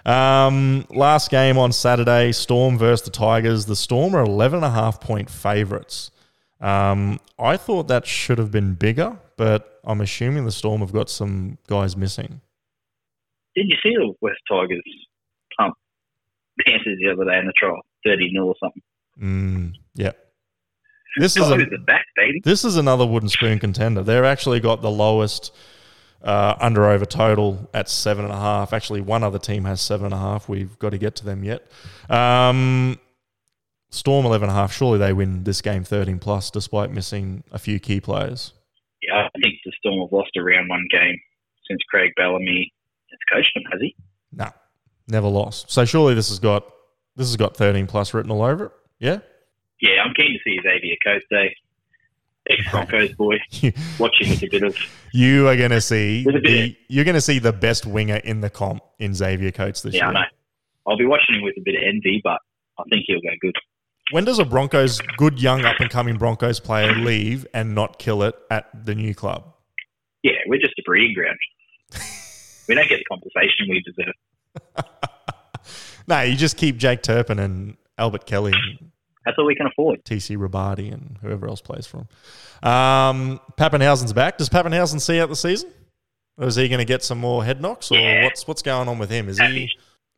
S1: Um, last game on Saturday, Storm versus the Tigers. The Storm are 11.5 point favourites. Um, I thought that should have been bigger, but I'm assuming the Storm have got some guys missing.
S2: Did you see the West Tigers pump Panthers the other day in the trial? 30 nil or something.
S1: Mm, yeah. This is,
S2: Tigers
S1: a,
S2: are back, baby.
S1: this is another wooden spoon contender. They've actually got the lowest uh, under over total at seven and a half. Actually, one other team has seven and a half. We've got to get to them yet. Um, Storm eleven and a half. Surely they win this game thirteen plus, despite missing a few key players.
S2: Yeah, I think the Storm have lost around one game since Craig Bellamy has coached them, has he?
S1: No, never lost. So surely this has got this has got 13 plus written all over it. Yeah,
S2: Yeah, I'm keen to see Xavier Coates, eh? Ex Broncos boy. Watch him with a bit of.
S1: you are going to see
S2: With a beer.
S1: the, you're going to see the best winger in the comp in Xavier Coates this
S2: Yeah, I
S1: year.
S2: know. I'll be watching him with a bit of envy, but I think he'll go good.
S1: When does a Broncos good young up and coming Broncos player leave and not kill it at the new club?
S2: Yeah, we're just a breeding ground. we don't get the compensation we deserve.
S1: No, you just keep Jake Turpin and Albert Kelly and
S2: That's all we can afford.
S1: TC Rabadi and whoever else plays for him. Um, Pappenhausen's back. Does Pappenhausen see out the season? Or is he going to get some more head knocks? Or
S2: Yeah.
S1: what's what's going on with him? Is
S2: Happy,
S1: he?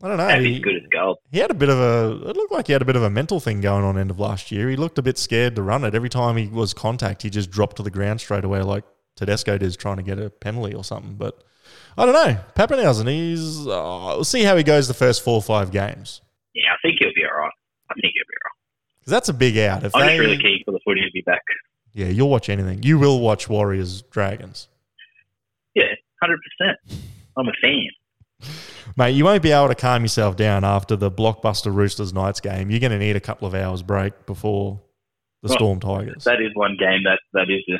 S1: I don't know.
S2: happy's
S1: He,
S2: good as gold.
S1: he had a bit of a. It looked like he had a bit of a mental thing going on end of last year. He looked a bit scared to run it. Every time he was contact, he just dropped to the ground straight away, like Tedesco did, trying to get a penalty or something. But I don't know. Pappenhausen, he's. Uh, we'll see how he goes the first four or five games.
S2: Yeah, I think he'll be all right. I think he'll be all right.
S1: 'Cause that's a big out. If
S2: I'm
S1: they,
S2: just really keen for the footy to be back.
S1: Yeah, you'll watch anything. You will watch Warriors Dragons.
S2: Yeah, 100%. I'm a fan.
S1: Mate, you won't be able to calm yourself down after the blockbuster Roosters Knights game. You're going to need a couple of hours break before the
S2: Well,
S1: Storm Tigers.
S2: That is one game that, that is a,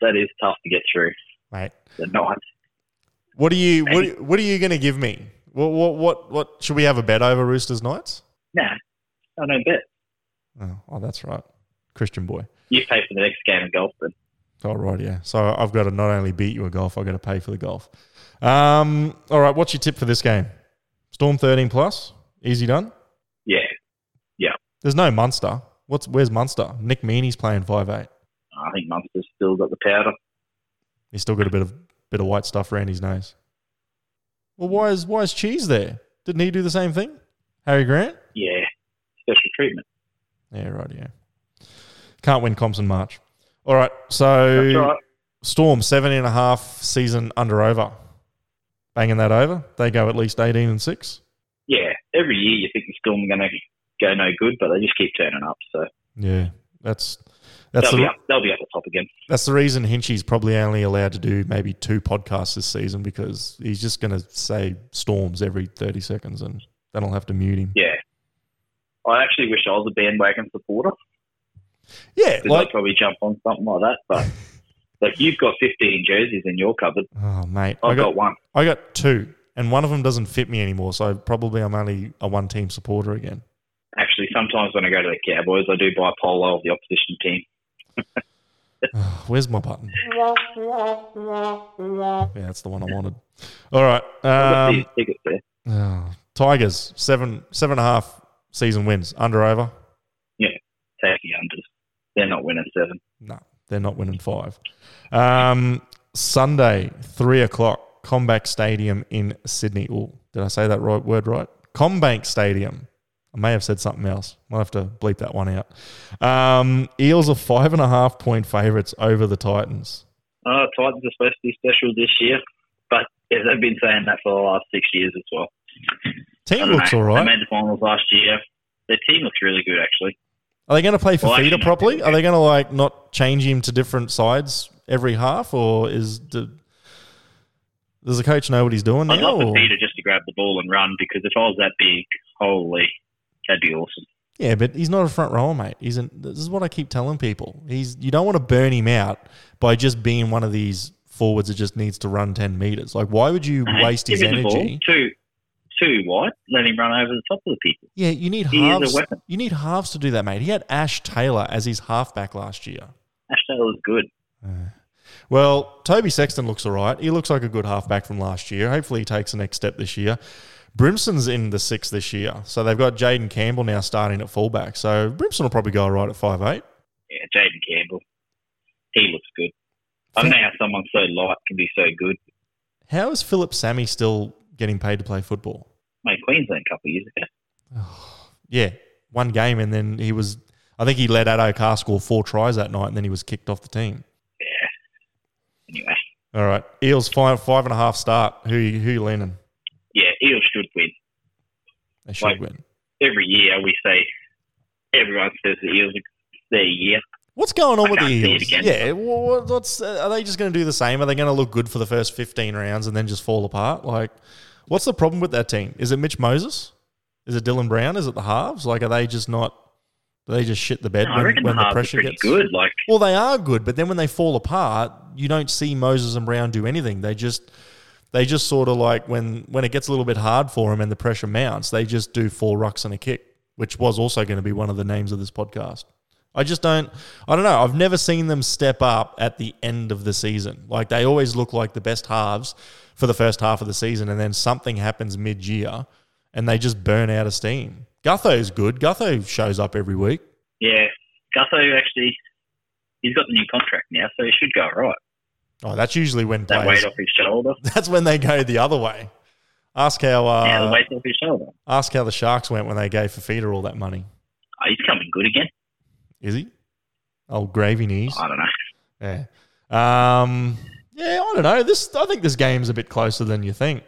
S2: that is tough to get through.
S1: Mate,
S2: The Knights.
S1: what are you what, what are you going to give me? What, what what what should we have a bet over Roosters Knights?
S2: Nah, I don't bet.
S1: Oh, oh that's right. Christian boy.
S2: You pay for the next game of golf, then.
S1: All Oh, right, yeah. So I've got to not only beat you a golf, I've got to pay for the golf. Um, all right, what's your tip for this game? Storm 13 plus? Easy done?
S2: Yeah,
S1: There's no Munster. What's where's Munster? Nick Meaney's playing five eight.
S2: I think Munster's still got the powder.
S1: He's still got a bit of bit of white stuff around his nose. Well, why is why is Cheese there? Didn't he do the same thing? Harry Grant?
S2: Yeah, special treatment.
S1: Yeah, right. Yeah. Can't win comps in March. All right. So
S2: That's all right.
S1: Storm seven and a half season under over. Banging that over. They go at least eighteen and six.
S2: Yeah, every year you think the Storm are going to go no good, but they just keep turning up. So
S1: Yeah, that's that's
S2: they'll,
S1: the
S2: be up, they'll be up the top again.
S1: That's the reason Hinchy's probably only allowed to do maybe two podcasts this season because he's just going to say storms every 30 seconds and then I'll have to mute him.
S2: Yeah. I actually wish I was a bandwagon supporter
S1: Yeah,
S2: because
S1: like,
S2: I'd probably jump on something like that. But like you've got 15 jerseys in your cupboard.
S1: oh, mate,
S2: I've
S1: I got,
S2: got one.
S1: I got two and one of them doesn't fit me anymore. So probably I'm only a one team supporter again.
S2: Actually, sometimes when I go to the Cowboys, I do buy polo of the opposition team.
S1: Ah, Where's my button? Yeah, that's the one I wanted. All right. Um,
S2: I've got these tickets there.
S1: oh, Tigers, seven, seven and a half season wins under over.
S2: Taking unders. They're not winning seven.
S1: No, they're not winning five. Um, Sunday, three o'clock, Combank Stadium in Sydney. Ooh, did I say that right word right? Combank Stadium. I may have said something else. Might have to bleep that one out. Um, Eels are five and a half point favourites over the Titans.
S2: Oh, Titans are supposed to be special this year, but yeah, they've been saying that for the last six years as well. I
S1: Team
S2: don't
S1: looks
S2: know.
S1: all
S2: They
S1: right.
S2: made the finals last year. Their team looks really good, actually.
S1: Are they going to play
S2: Well, actually,
S1: Fafita
S2: no.
S1: properly? Are they going to like not change him to different sides every half, or is do, does the coach know what he's doing
S2: I'd
S1: now?
S2: love for
S1: or-
S2: Peter just to grab the ball and run because if I was that big, holy, that'd be awesome.
S1: Yeah, but he's not a front rower, mate. He's an, this is what I keep telling people. He's you don't want to burn him out by just being one of these forwards that just needs to run ten meters. Like, why would you waste
S2: Give
S1: his
S2: him the ball,
S1: energy?
S2: Too, too wide. Let him run over the top of the people.
S1: Yeah, you need
S2: He is a
S1: halves.
S2: weapon.
S1: You need halves to do that, mate. He had Ash Taylor as his halfback last year.
S2: Ash Taylor's good.
S1: Well, Toby Sexton looks all right. He looks like a good halfback from last year. Hopefully, he takes the next step this year. Brimson's in the six this year, so they've got Jaden Campbell now starting at fullback. So Brimson will probably go all right at five eight.
S2: Yeah, Jaden Campbell. He looks good. I don't know how someone so light can be so good.
S1: How is Philip Sammy still getting paid to play football?
S2: Mate, Queensland a couple of years ago.
S1: Yeah, one game and then he was. I think he led Addo Carr score four tries that night, and then he was kicked off the team.
S2: Anyway,
S1: All right, Eels five five and a half start. Who you, who you leaning?
S2: yeah, Eels should win.
S1: They should
S2: Like-
S1: win.
S2: Every year we say, everyone says the Eels are their year.
S1: What's going on with the
S2: can't see it
S1: Eels?
S2: again.
S1: Yeah, wha- wha- what's are they just going to do the same? Are they going to look good for the first fifteen rounds and then just fall apart? Like, what's the problem with that team? Is it Mitch Moses? Is it Dylan Brown? Is it the halves? Like, are they just not? Do they just shit the bed
S2: No, I
S1: when,
S2: reckon
S1: when
S2: the
S1: the
S2: halves are
S1: pressure
S2: pretty
S1: gets
S2: good. Like
S1: Well, they are good, but then when they fall apart, you don't see Moses and Brown do anything. They just they just sort of like when when it gets a little bit hard for them and the pressure mounts, they just do four rucks and a kick, which was also going to be one of the names of this podcast. I just don't I don't know. I've never seen them step up at the end of the season. Like they always look like the best halves for the first half of the season and then something happens mid-year and they just burn out of steam. Gutho's good. Gutho shows up every week.
S2: yeah, Gutho actually, he's got the new contract now, so he should go all right.
S1: Oh, that's usually when
S2: That
S1: players
S2: weight off his shoulder.
S1: That's when they go the other way. Ask how uh,
S2: yeah, the weight's off his shoulder.
S1: ask how the Sharks went when they gave Fafita all that money.
S2: Oh, he's coming good again.
S1: Is he? Oh, gravy knees.
S2: I don't know.
S1: Yeah. Um, yeah, I don't know. This I think this game's a bit closer than you think.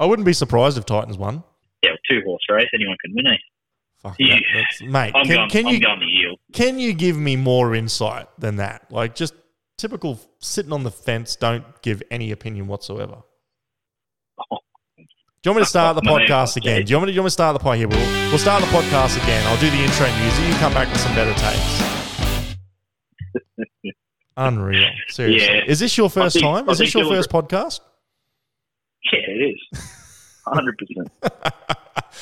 S1: I wouldn't be surprised if Titans won.
S2: Yeah, two horse race. Anyone can win it.
S1: Fuck
S2: Yeah.
S1: that, that's, mate.
S2: I'm
S1: Can,
S2: going.
S1: can
S2: I'm
S1: you
S2: going the yield.
S1: can you give me more insight than that? Like just typical sitting on the fence. Don't give any opinion whatsoever. Do you want me to start the
S2: My name
S1: podcast
S2: is
S1: again?
S2: Jake.
S1: Do you want me to, do you want me to start the podcast here? We'll, we'll start the podcast again. I'll do the intro music. You come back with some better takes. Unreal. Seriously.
S2: Yeah.
S1: Is this your first
S2: think-
S1: time?
S2: I
S1: Is this
S2: think
S1: your
S2: you'll-
S1: first podcast?
S2: Yeah, it is. Hundred percent.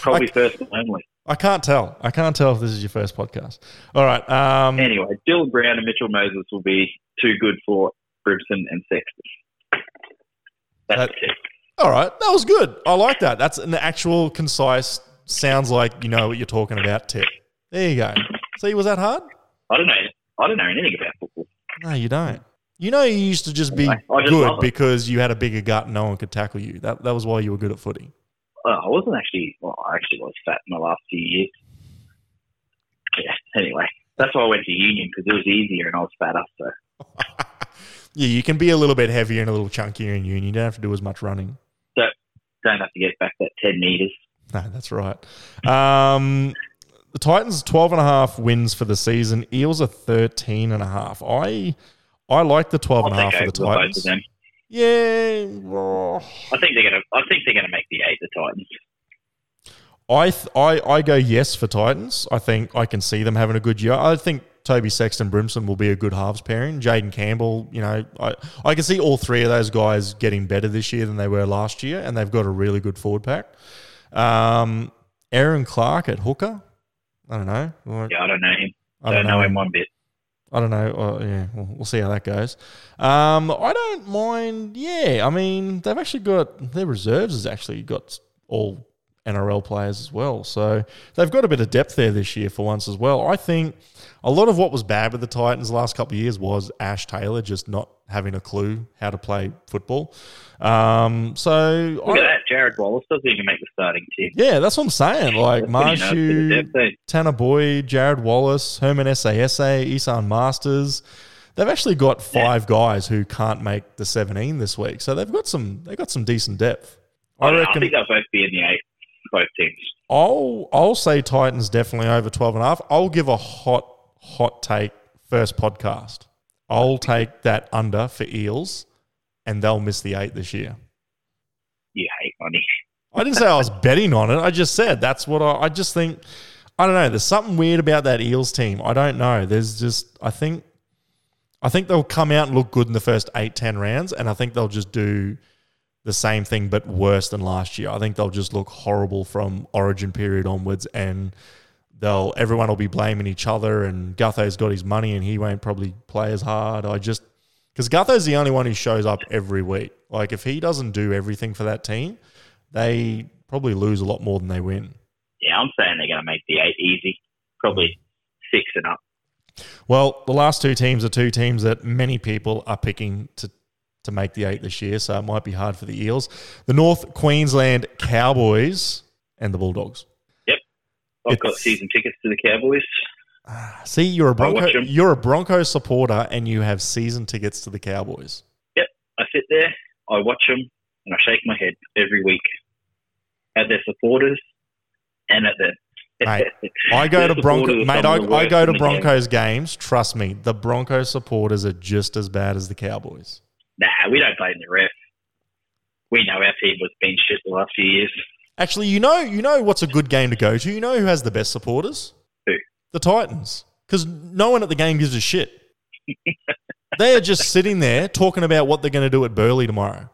S2: Probably first and only.
S1: I can't tell. I can't tell if this is your first podcast. All right. Um,
S2: Anyway, Dylan Brown and Mitchell Moses will be too good for Grimson and Sexton. That's
S1: That-
S2: it.
S1: All right, that was good. I like that. That's an actual concise. Sounds like you know what you're talking about. Tip. There you go. See, was that hard?
S2: I don't know. I don't know anything about football.
S1: No, you don't. You know, you used to just be
S2: I just
S1: good
S2: love it.
S1: because you had a bigger gut and no one could tackle you. That that was why you were good at footy.
S2: Oh, I wasn't actually. Well, I actually was fat in the last few years. Yeah. Anyway, that's why I went to union because it was easier and I was fatter. So
S1: yeah, you can be a little bit heavier and a little chunkier in union. You don't have to do as much running.
S2: don't have to get back that ten meters.
S1: No, that's right. Um, the Titans 12 and a half wins for the season. Eels are 13 and a half. I I like the 12
S2: I'll
S1: and a half
S2: take
S1: for
S2: over
S1: the
S2: with both of
S1: Titans.
S2: them.
S1: Yeah. well,
S2: I think they're gonna. I think they're gonna make the eight. The Titans.
S1: I, th- I I go yes for Titans. I think I can see them having a good year. I think Toby Sexton Brimson will be a good halves pairing. Jaden Campbell, you know, I, I can see all three of those guys getting better this year than they were last year, and they've got a really good forward pack. Um, Aaron Clark at hooker. I don't know. Like,
S2: Yeah, I don't know him. I don't, know, him one bit.
S1: I don't know. Uh, yeah, we'll, we'll see how that goes. Um, I don't mind. Yeah, I mean they've actually got their reserves has actually got all NRL players as well, so they've got a bit of depth there this year for once as well. I think a lot of what was bad with the Titans the last couple of years was Ash Taylor just not having a clue how to play football. Um, so
S2: Look at
S1: I,
S2: that. Jared Wallace doesn't even make the starting team.
S1: yeah, that's what I'm saying. Like
S2: That's pretty nuts in the
S1: Marshu,
S2: depth, eh?
S1: Tanner Boyd, Jared Wallace, Herman SASA, Isan Masters. They've actually got five guys who can't make the 17 this week. So they've got some they've got some decent depth.
S2: I,
S1: I
S2: don't know, I
S1: reckon
S2: think they'll both be in the eight. Both teams.
S1: I'll I'll say Titans definitely over 12 and a half. I'll give a hot hot take first podcast. I'll take that under for Eels and they'll miss the 8 this year.
S2: You hate money.
S1: I didn't say I was betting on it. I just said that's what I, I just think. I don't know. There's something weird about that Eels team. I don't know. There's just I think I think they'll come out and look good in the first eight ten rounds, and I think they'll just do the same thing but worse than last year. I think they'll just look horrible from Origin period onwards, and they'll everyone will be blaming each other. And Gutho's got his money, and he won't probably play as hard. I just because Gutho's the only one who shows up every week. Like if he doesn't do everything for that team they probably lose a lot more than they win.
S2: Yeah, I'm saying they're going to make the eight easy. Probably six and up.
S1: Well, the last two teams are two teams that many people are picking to to make the eight this year, so it might be hard for the Eels. The North Queensland Cowboys and the Bulldogs.
S2: I've
S1: It's-
S2: got season tickets to the Cowboys.
S1: Ah, See, you're a
S2: I'll
S1: Bronco,
S2: watch 'em.
S1: you're a Broncos supporter, and you have season tickets to the Cowboys.
S2: I sit there, I watch them, and I shake my head every week at their supporters and at their
S1: mate. I go
S2: The
S1: to Bronco,
S2: supporters are
S1: mate. I,
S2: some of the
S1: I go
S2: worst
S1: to
S2: in the game.
S1: Broncos games. Trust me, the Broncos supporters are just as bad as the Cowboys.
S2: Nah, we don't blame the ref. We know our team was been shit the last few years.
S1: Actually, you know, you know what's a good game to go to. You know who has the best supporters?
S2: Who?
S1: The Titans, because no one at the game gives a shit. they are just sitting there talking about what they're going to do at Burley tomorrow.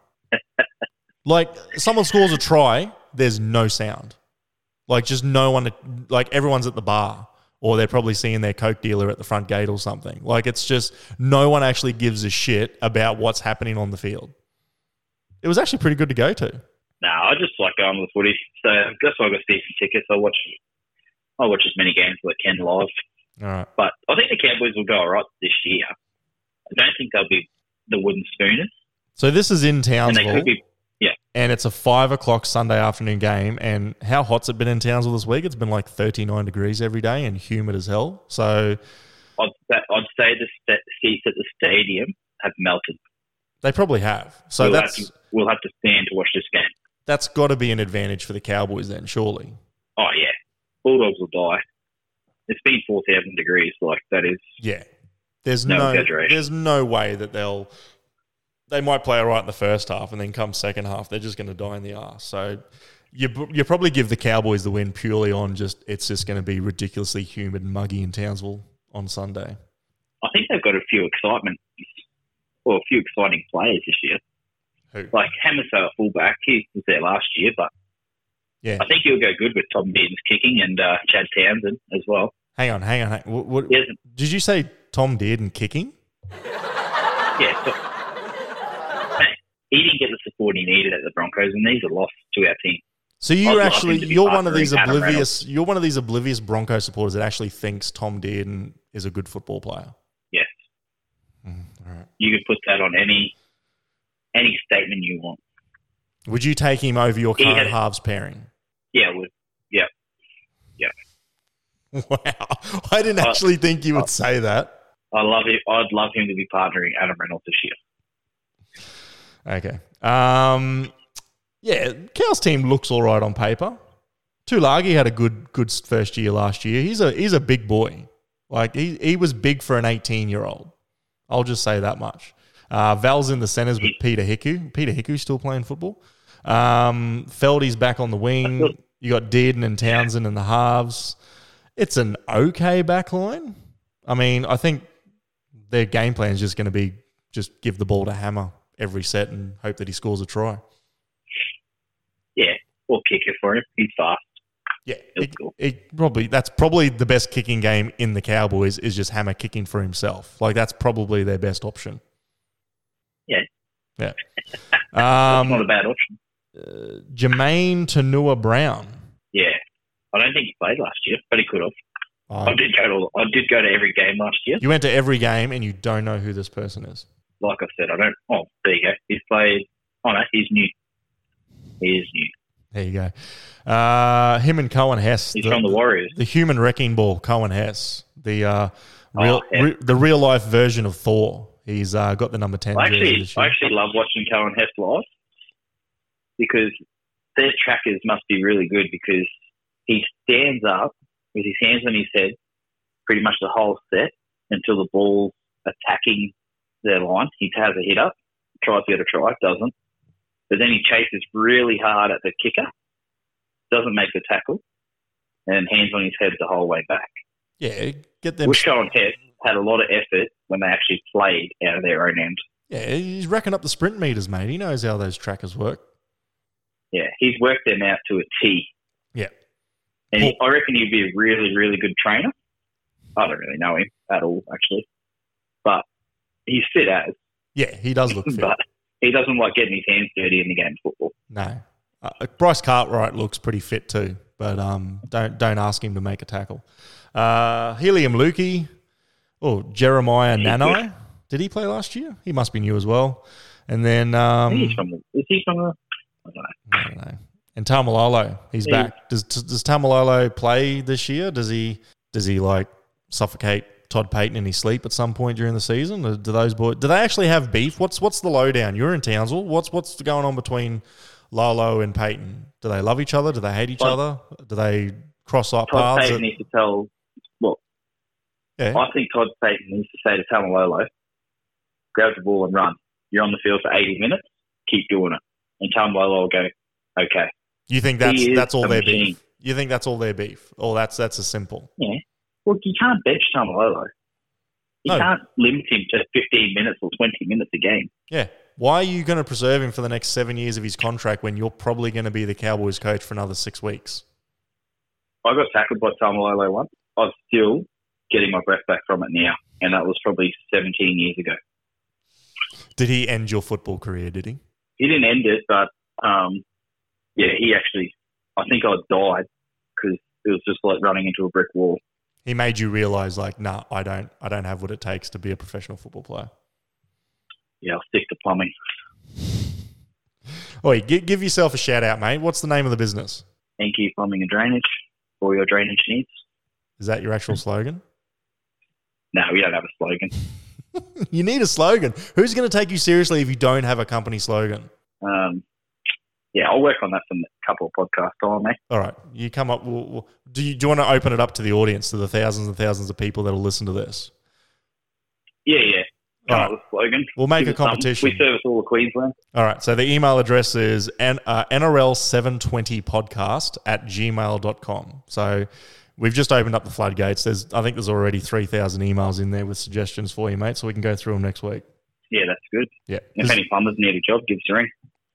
S1: like someone scores a try, there's no sound. Like just no one. Like everyone's at the bar, or they're probably seeing their coke dealer at the front gate or something. Like it's just no one actually gives a shit about what's happening on the field. It was actually pretty good to go to.
S2: Nah, I just like going to the footy. So that's why I got season tickets. I watch I watch as many games as I can live.
S1: All right.
S2: But I think the Cowboys will go alright this year. I don't think they'll be the wooden spooners.
S1: So this is in
S2: And they
S1: Townsville,
S2: could
S1: and,
S2: be
S1: it's a five o'clock Sunday afternoon game. And how hot's it been in Townsville this week? It's been like thirty nine degrees every day and humid as hell. So
S2: I'd, that- I'd say the sta seats at the stadium have melted.
S1: they probably have. So
S2: we'll,
S1: that's
S2: have to, we'll have to stand to watch this game.
S1: that's got to be an advantage for the Cowboys then, surely.
S2: Oh yeah, Bulldogs will die. It's been four thousand degrees. Like that is
S1: Yeah, there's
S2: No
S1: no,
S2: exaggeration.
S1: there's no way that they'll they might play all right in the first half and then come second half they're just going to die in the arse. So. You, you probably give the Cowboys the win purely on just it's just going to be ridiculously humid and muggy in Townsville on Sunday.
S2: I think they've got a few excitement or a few exciting players this year.
S1: Who?
S2: Like Hamiso at fullback, he was there last year, but
S1: Yeah,
S2: I think he'll go good with Tom Dean's kicking and uh, Chad Townsend as well.
S1: Hang on, hang on. Hang, what, what,
S2: He hasn't,
S1: Did you say Tom Dearden kicking?
S2: yeah, so, Hey, he didn't get the support he needed at the Broncos, and these are lost to our team.
S1: So
S2: I'd
S1: you're
S2: love
S1: actually
S2: him to be
S1: you're one of these
S2: partnering Adam
S1: oblivious you're one of these oblivious Bronco supporters that actually thinks Tom Dearden is a good football player.
S2: Yes.
S1: Mm, all right.
S2: You could put that on any any statement you want.
S1: Would you take him over your
S2: He
S1: current
S2: had-
S1: halves pairing?
S2: Yeah, with
S1: Wow, I didn't
S2: Uh,
S1: actually think you would
S2: uh,
S1: say that.
S2: I love it. I'd love him to be partnering Adam Reynolds this year.
S1: Okay. Um, yeah, Cow's team looks all right on paper. Tulagi had a good good first year last year. He's a he's a big boy. Like he, he was big for an 18 year old. I'll just say that much. Uh, Val's in the centres with Peter Hiku. Peter Hiku's still playing football. Um, Feldy's back on the wing. You got Dearden and Townsend in the halves. It's an okay back line. I mean, I think their game plan is just going to be just give the ball to Hammer every set and hope that he scores a try.
S2: Or kick it for him. He's fast.
S1: Yeah,
S2: He'll
S1: it,
S2: score.
S1: it probably that's probably the best kicking game in the Cowboys is just Hammer kicking for himself. Like that's probably their best option.
S2: Yeah.
S1: yeah.
S2: That's not a
S1: Um,
S2: bad option.
S1: Jermaine Tanua Brown.
S2: Yeah. I don't think he played last year, but he could have. I
S1: Um,
S2: Oh, did go to I did go to every game last year.
S1: you went to every game and you don't know who this person is.
S2: Like I said, I don't. Oh, there you go. He's played. Oh no, he's new. He is new.
S1: There you go. Uh, him and Cohen Hess.
S2: He's from the Warriors.
S1: the human wrecking ball, Cohen Hess, the uh, real,
S2: Oh, yeah.
S1: re- the real life version of Thor. He's uh, got the number ten.
S2: I
S1: jersey
S2: actually,
S1: this
S2: I
S1: year.
S2: actually love watching Cohen Hess live because their trackers must be really good because he stands up with his hands on his head pretty much the whole set until the ball's attacking their line. He has a hit up, tries to get a try, doesn't. But then he chases really hard at the kicker, doesn't make the tackle, and hands on his head the whole way back.
S1: yeah, get them.
S2: Wish Cohen Hess had a lot of effort when they actually played out of their own end.
S1: Yeah, he's racking up the sprint meters, mate. He knows how those trackers work.
S2: Yeah, he's worked them out to a T.
S1: Yeah.
S2: And he- I reckon he'd be a really, really good trainer. I don't really know him at all, actually. But he's fit as,
S1: Yeah, he does look fit.
S2: but he doesn't like getting his hands dirty in the game of football.
S1: No, uh, Bryce Cartwright looks pretty fit too, but um, don't don't ask him to make a tackle. Uh, Helium Lukey, oh Jeremiah
S2: He's
S1: Nanai, did he play last year? He must be new as well. And then
S2: I
S1: um,
S2: think he's from, the- is he from the, I don't know.
S1: I don't know. And Tamalolo, he's
S2: Yeah.
S1: back. Does does Tamalolo play this year? Does he does he like suffocate Todd Payton in his sleep at some point during the season? Or do those boys do they actually have beef? What's what's the lowdown? You're in Townsville. What's what's going on between Lolo and Peyton? Do they love each other? Do they hate each
S2: Well-
S1: other? Do they cross up
S2: Todd
S1: paths.
S2: Payton needs to tell.
S1: yeah.
S2: I think Todd Payton needs to say to Tamalolo, grab the ball and run. You're on the field for 80 minutes. Keep doing it. And Tamalolo will go, okay.
S1: You think that's
S2: He is
S1: that's all
S2: a
S1: their
S2: machine.
S1: beef? You think that's all their beef? Oh, that's that's a simple.
S2: Look, you can't bench Tamalolo. You
S1: No.
S2: can't limit him to 15 minutes or 20 minutes a game.
S1: Yeah. Why are you going to preserve him for the next seven years of his contract when you're probably going to be the Cowboys coach for another six weeks?
S2: I got tackled by Tamalolo once. I'm still getting my breath back from it now. And that was probably 17 years ago.
S1: Did he end your football career? Did he?
S2: he didn't end it, but um, yeah, he actually, I think I died because it was just like running into a brick wall.
S1: He made you realize, like, nah, I don't, I don't have what it takes to be a professional football player.
S2: Yeah, I'll stick to plumbing.
S1: Oi, give, give yourself a shout out, mate. What's the name of the business?
S2: Thank you, plumbing and drainage, for your drainage needs.
S1: Is that your actual slogan?
S2: No, we don't have a slogan.
S1: you need a slogan. Who's going to take you seriously if you don't have a company slogan?
S2: Um, yeah, I'll work on that for a couple of podcasts time, mate.
S1: All right, you come up. We'll, we'll- do you do you want to open it up to the audience, to the thousands and thousands of people that'll listen to this?
S2: Yeah, yeah.
S1: All
S2: Come up
S1: right.
S2: with a slogan.
S1: We'll make
S2: Give
S1: a
S2: us something.
S1: competition.
S2: We service all of Queensland.
S1: All right. So the email address is n- uh, nrl720podcast at gmail.com. So we've just opened up the floodgates. There's, I think there's already 3,000 emails in there with suggestions for you, mate. So we can go through them next week.
S2: Yeah, that's good.
S1: Yeah.
S2: If any plumbers need a job, give us a ring.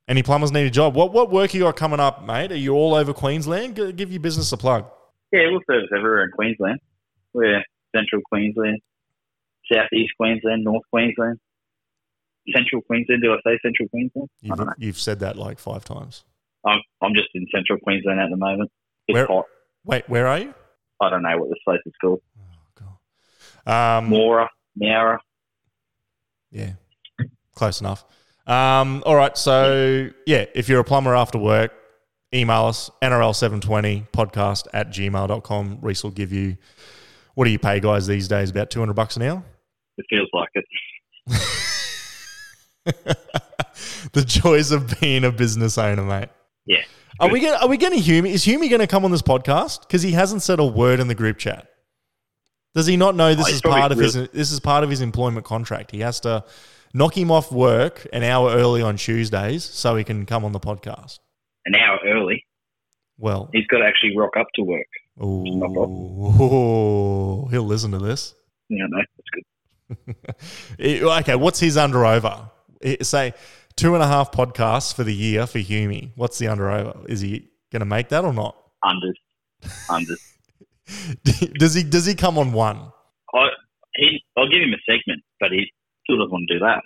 S1: Any plumbers need a job? What, what work you got coming up, mate? Are you all over Queensland? G- give your business a plug.
S2: Yeah, we'll service everywhere in Queensland. We're central Queensland, southeast Queensland, north Queensland, central Queensland. Did I say central Queensland? I
S1: You've,
S2: don't know.
S1: you've said that like five times.
S2: I'm, I'm just in central Queensland at the moment. It's
S1: Where-
S2: hot.
S1: Wait, where are you?
S2: I don't know what this place is called.
S1: Oh, God. Um,
S2: Mora, Nowra.
S1: Yeah, close enough. Um, all right, so yeah, if you're a plumber after work, email us nrl720 podcast at gmail.com. Reese will give you what do you pay guys these days? About 200 bucks an hour?
S2: It feels like it.
S1: the joys of being a business owner, mate.
S2: Yeah.
S1: Are we gonna, are we going to Humey? Is Humey going to come on this podcast? Because he hasn't said a word in the group chat. Does he not know this
S2: Oh, he's
S1: is part of
S2: probably
S1: his this is part of his employment contract? He has to knock him off work an hour early on Tuesdays so he can come on the podcast.
S2: An hour early.
S1: Well,
S2: He's got to actually rock up to work.
S1: ooh, he'll listen to this.
S2: You know, that's good.
S1: Eh, okay, what's his under over? Eh, Say two and a half podcasts for the year for Humey. What's the under over? Is he going to make that or not?
S2: Unders. Unders.
S1: does he does he come on one?
S2: I, he, I'll give him a segment, but he still doesn't want to do that.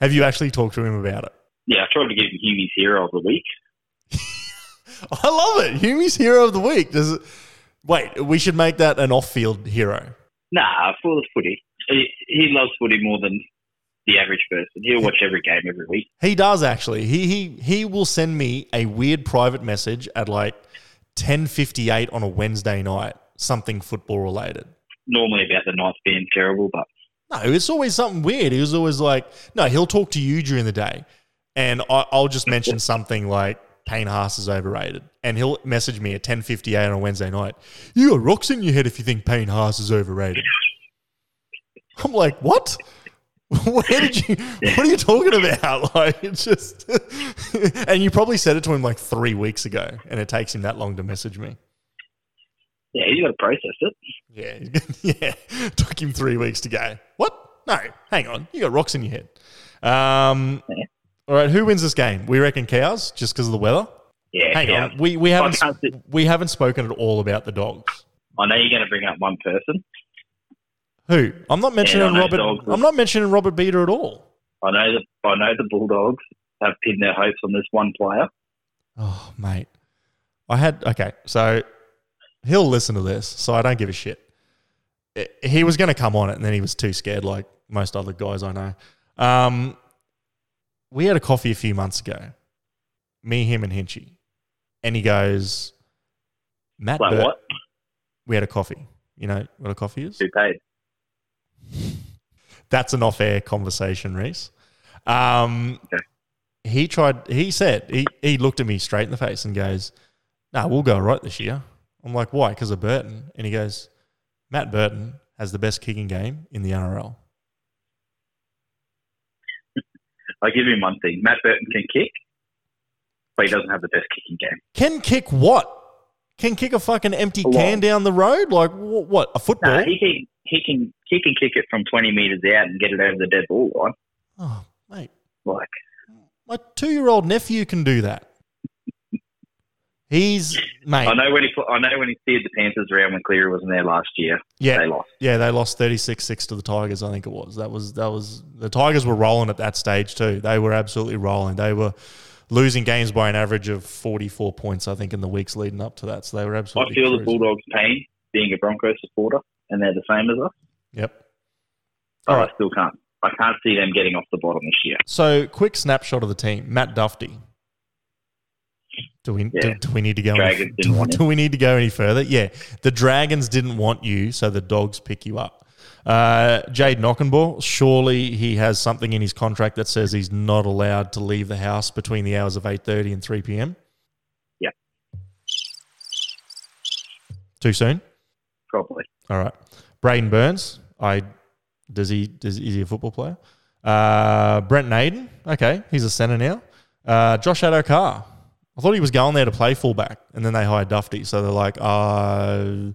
S1: Have you actually talked to him about it?
S2: Yeah, I tried to give him Hughie's Hero of the Week.
S1: I love it. Humi's hero of the week. Does it, wait? We should make that an off-field hero.
S2: Nah, for the footy. He, he loves footy more than the average person. He'll watch every game every week.
S1: He does actually. He he he will send me a weird private message at like ten fifty eight on a Wednesday night, something football related.
S2: Normally about the Knights being terrible, but
S1: No, it's always something weird. He was always like, no, he'll talk to you during the day, and I, I'll just mention something like Payne Haas is overrated, and he'll message me at ten fifty eight on a Wednesday night. You got rocks in your head if you think Payne Haas is overrated. I'm like, what? Where did you? What are you talking about? Like, it's just, and you probably said it to him like three weeks ago, and it takes him that long to message me.
S2: yeah, he's got to process it.
S1: Yeah, yeah. Took him three weeks to go. What? No, hang on. You got rocks in your head. Um,
S2: Yeah.
S1: all right, who wins this game? We reckon cows, just because of the weather.
S2: Yeah,
S1: Hang
S2: yeah.
S1: on, we we
S2: I,
S1: haven't
S2: can't see,
S1: we haven't spoken at all about the dogs.
S2: I know you're going to bring up one person.
S1: Who? I'm not mentioning
S2: I know
S1: Robert.
S2: dogs.
S1: I'm not mentioning Robert Beater at all.
S2: I know the I know the Bulldogs have pinned their hopes on this one player.
S1: Oh, mate. I had okay, so he'll listen to this, so I don't give a shit. I- He was going to come on it, and then he was too scared, like most other guys I know. Um, we had a coffee a few months ago, me, him, and Hinchy, and he goes, "Matt,
S2: Like
S1: Bur-
S2: what?
S1: we had a coffee. You know what a coffee is?
S2: Who paid?
S1: That's an off-air conversation, Reese." Um,
S2: Okay.
S1: he tried. He said he he looked at me straight in the face and goes, "No, we'll go right this year. I'm like, why? Because of Burton. And he goes, Matt Burton has the best kicking game in the NRL.
S2: I give him one thing: Matt Burton can kick, but he doesn't have the best kicking game.
S1: Can kick what? Can kick a fucking empty
S2: A
S1: can
S2: lot.
S1: down the road? Like, wh- what? A football?
S2: Nah, he can he can he can kick it from twenty meters out and get it over the dead ball line.
S1: oh, mate.
S2: Like
S1: My two year old nephew can do that. He's, mate.
S2: I know when he put- I know when he steered the Panthers around when Cleary wasn't there last year,
S1: Yeah.
S2: they lost.
S1: Yeah, they lost 36-6 to the Tigers, I think it was. That was that was the Tigers were rolling at that stage too. They were absolutely rolling. They were losing games by an average of 44 points I think in the weeks leading up to that. So they were
S2: I
S1: absolutely
S2: feel the
S1: cruising.
S2: Bulldogs' pain being a Broncos supporter, and they're the same as us.
S1: Yep.
S2: But
S1: All right.
S2: I still can't. I can't see them getting off the bottom this year.
S1: So, quick snapshot of the team. Matt Duffy. Do we, do,
S2: Yeah.
S1: do we need to go? Any,
S2: Dragons didn't
S1: do,
S2: want him.
S1: do we need to go any further? Yeah, the Dragons didn't want you, so the Dogs pick you up. Uh, Jade Knockenbaugh, surely he has something in his contract that says he's not allowed to leave the house between the hours of eight thirty and three pm.
S2: Yeah.
S1: Too soon.
S2: Probably.
S1: All right. Braden Burns. I does he does is he a football player? Uh, Brent Naden. Okay, he's a center now. Uh, Josh Adokar. I thought he was going there to play fullback, and then they hired Dufty. So they're like, uh, you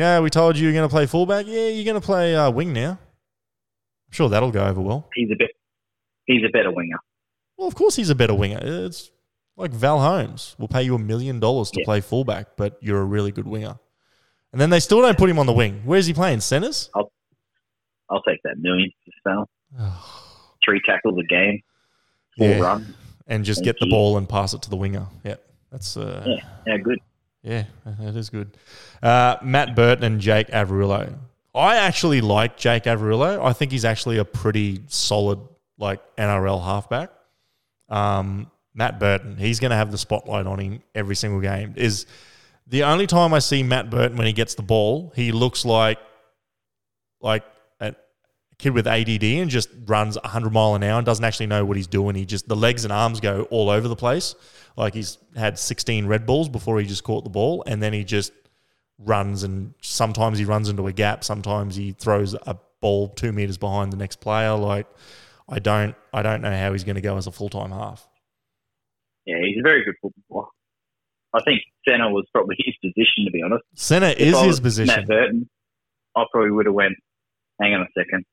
S1: know, we told you you're going to play fullback. Yeah, you're going to play uh, wing now. I'm sure that'll go over well.
S2: He's a bit. He's a better winger.
S1: Well, of course he's a better winger. It's like Val Holmes. We'll pay you a million dollars to
S2: Yeah.
S1: play fullback, but you're a really good winger. And then they still don't put him on the wing. Where's he playing? Centers?
S2: I'll take that million to sell. Three tackles a game, four
S1: Yeah.
S2: runs.
S1: and just
S2: Thank
S1: get the
S2: you.
S1: ball and pass it to the winger. Yeah, that's uh,
S2: Yeah, good.
S1: yeah. that is good. Uh, Matt Burton and Jake Averillo. I actually like Jake Averillo. I think he's actually a pretty solid like NRL halfback. Um, Matt Burton, he's going to have the spotlight on him every single game. Is the only time I see Matt Burton when he gets the ball, he looks like like a kid with ADD and just runs 100 mile an hour and doesn't actually know what he's doing. He just the legs and arms go all over the place. Like he's had 16 red balls before he just caught the ball, and then he just runs and sometimes he runs into a gap. Sometimes he throws a ball two meters behind the next player. Like I don't, I don't know how he's going to go as a full time half.
S2: Yeah, he's a very good footballer. I think center was probably his position, to be honest.
S1: Center
S2: If
S1: is
S2: I
S1: his
S2: was
S1: position.
S2: Matt Burton, I probably would have went, hang on a second.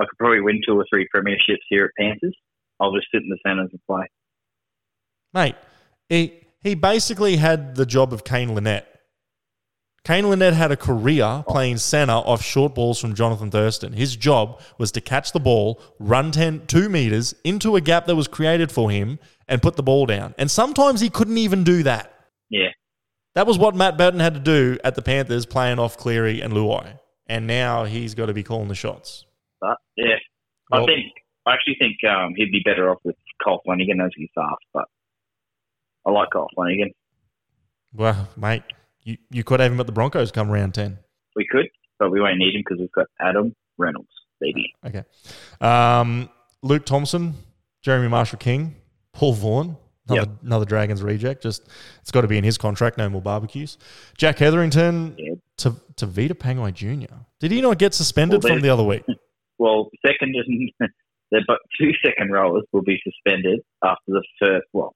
S2: I could probably win two or three premierships here at Panthers. I'll just sit in the centres and play.
S1: Mate, he he basically had the job of Kane Lynette. Kane Lynette had a career playing centre off short balls from Jonathan Thurston. His job was to catch the ball, run 10, two metres into a gap that was created for him, and put the ball down. And sometimes he couldn't even do that.
S2: Yeah.
S1: That was what Matt Burton had to do at the Panthers, playing off Cleary and Luai. And now he's got to be calling the shots.
S2: But, yeah, I
S1: Well-
S2: think, I actually think um, he'd be better off with Cole Flanagan as his half, but I like Cole Flanagan.
S1: Well, mate, you, you could have him at the Broncos come round 10.
S2: We could, but we won't need him because we've got Adam Reynolds, baby.
S1: Okay. Um, Luke Thompson, Jeremy Marshall King, Paul Vaughan, another, another Dragons reject. Just it's got to be in his contract. No more barbecues. Jack Hetherington
S2: Yeah.
S1: to to Vita Pangai Jr. Did he not get suspended
S2: Well,
S1: from the other week?
S2: Well, second and the but two second rollers will be suspended after the first. Well,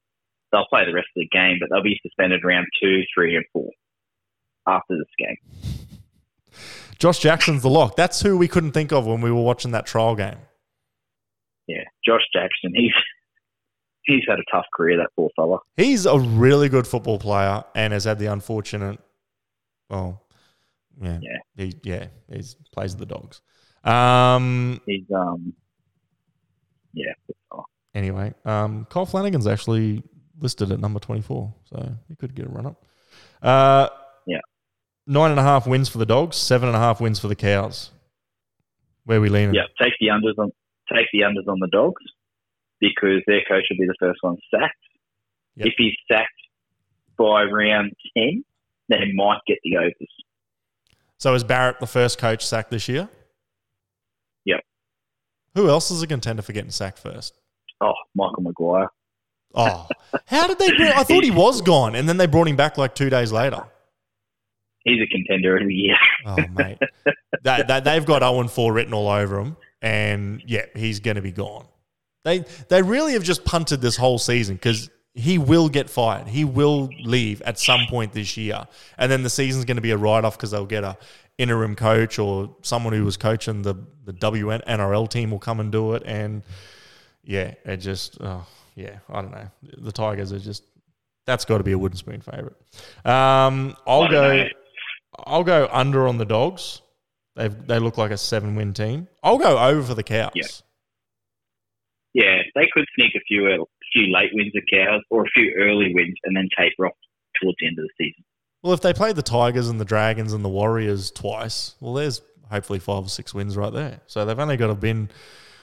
S2: they'll play the rest of the game, but they'll be suspended round two, three, and four after this game.
S1: Josh Jackson's the lock. That's who we couldn't think of when we were watching that trial game.
S2: Yeah, Josh Jackson, he's he's had a tough career. That poor fella.
S1: He's a really good football player and has had the unfortunate, well, yeah,
S2: Yeah.
S1: he yeah, he plays with the dogs. Um,
S2: He's um, yeah,
S1: anyway, um, Kyle Flanagan's actually listed at number 24, so he could get a run up. Uh,
S2: Yeah.
S1: Nine and a half wins for the Dogs, seven and a half wins for the Cows. Where we leaning?
S2: yeah. Take the unders on take the unders on the dogs because their coach will be the first one sacked.
S1: Yep.
S2: If he's sacked by round ten, they might get the overs.
S1: So is Barrett the first coach sacked this year?
S2: Yep.
S1: Who else is a contender for getting sacked first?
S2: Oh, Michael Maguire.
S1: Oh, how did they? Bring, I thought he was gone, and then they brought him back like two days later.
S2: he's a contender of the year.
S1: Oh, mate. that, that, they've got 0 and 4 written all over him. And yeah, he's going to be gone. They, they really have just punted this whole season because he will get fired. He will leave at some point this year. And then the season's going to be a write off because they'll get a interim coach or someone who was coaching the, the WN NRL team will come and do it. And yeah, it just, oh, yeah, I don't know. The Tigers are just, that's got to be a wooden spoon favorite. Um, I'll
S2: I
S1: go.
S2: don't know.
S1: I'll go under on the dogs. They they look like a seven win team. I'll go over for the cows.
S2: Yeah. Yeah, they could sneak a few a few late wins of cows or a few early wins and then taper off towards the end of the season.
S1: Well, if they play the Tigers and the Dragons and the Warriors twice, well, there's hopefully five or six wins right there. So they've only got to been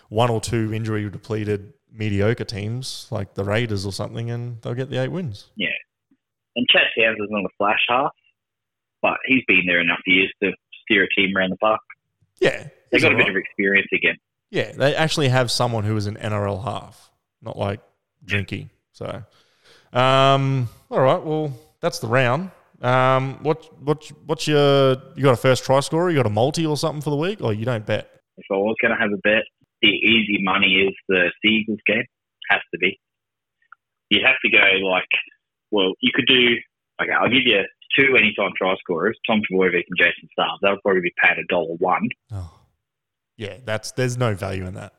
S1: one or two injury depleted mediocre teams like the Raiders or something, and they'll get the eight wins.
S2: And Chad Towns is on the flash half, but he's been there enough years to steer a team around the park.
S1: Yeah,
S2: They
S1: he's
S2: got a
S1: all
S2: bit
S1: right.
S2: of experience again.
S1: yeah. They actually have someone who is an NRL half, not like Drinky. So, um, all right. Well, that's the round. Um, what what what's your you got a first try scorer? You got a multi or something for the week, or you don't bet?
S2: If I was going to have a bet, the easy money is the Seagulls game. Has to be. You'd have to go like, well, you could do. Okay, I'll give you two anytime try scorers: Tom Trbojevic and Jason Starr. They'll probably be paid a dollar one.
S1: Oh. Yeah, that's there's no value in that.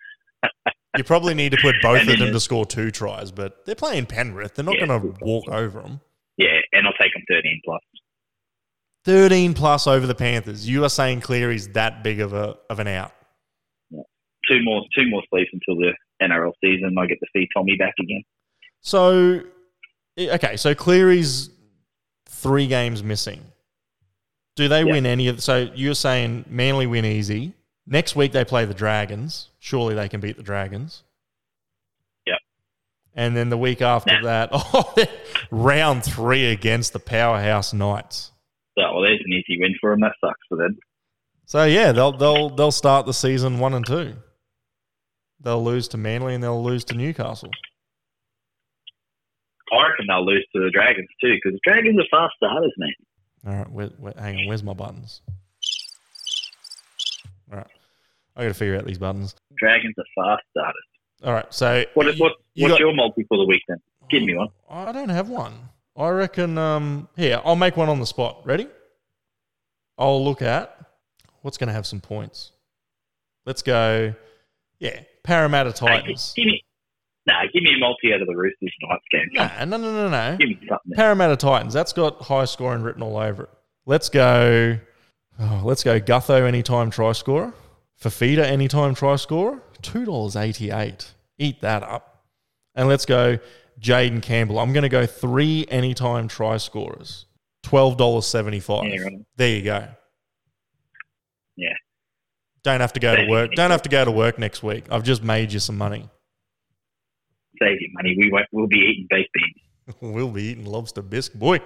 S1: you probably need to put both of them to score two tries, but they're playing Penrith. They're not
S2: Yeah.
S1: going to walk over them.
S2: Yeah, and I'll take them thirteen plus.
S1: 13 plus over the Panthers. You are saying Cleary's that big of a of an out.
S2: Two more, two more sleeps until the NRL season. I get to see Tommy back again.
S1: So, i- okay, so Cleary's three games missing. Do they
S2: Yeah.
S1: win any of? So you're saying Manly win easy. Next week they play the Dragons. Surely they can beat the Dragons.
S2: Yep.
S1: And then the week after that, oh, round three against the powerhouse Knights.
S2: So, well, there's an easy win for them. That sucks for them.
S1: So yeah, they'll they'll they'll start the season one and two. They'll lose to Manly and they'll lose to Newcastle.
S2: I reckon they'll lose to the Dragons too, because the Dragons are fast starters, man.
S1: All right, where, where, hang on. Where's my buttons? All right, I got to figure out these buttons.
S2: Dragons are fast starters.
S1: All right, so
S2: What,
S1: you-
S2: what,
S1: you
S2: what's
S1: got-
S2: your multi for the week then? Give me one.
S1: I don't have one. I reckon. Um, here, I'll make one on the spot. Ready? I'll look at what's going to have some points. Let's go. Yeah, Parramatta Titans.
S2: Give me, nah, give me a multi out of the Roosters Knights game. Come
S1: Nah, no, no, no, no.
S2: on, Give me something.
S1: Parramatta Titans. That's got high scoring written all over it. Let's go. oh, let's go. Gutho anytime try scorer. Fafita anytime try scorer. Two dollars eighty eight. Eat that up. And let's go. Jaden Campbell. I'm going to go three anytime try scorers. Twelve dollars seventy five.
S2: Yeah, right.
S1: There you go.
S2: Yeah.
S1: Don't have to go to
S2: Save
S1: work.
S2: you.
S1: Don't have to go to work next week. I've just made you some money.
S2: Save your money. We won't, we'll be eating baked beans.
S1: we'll be eating lobster bisque, boy.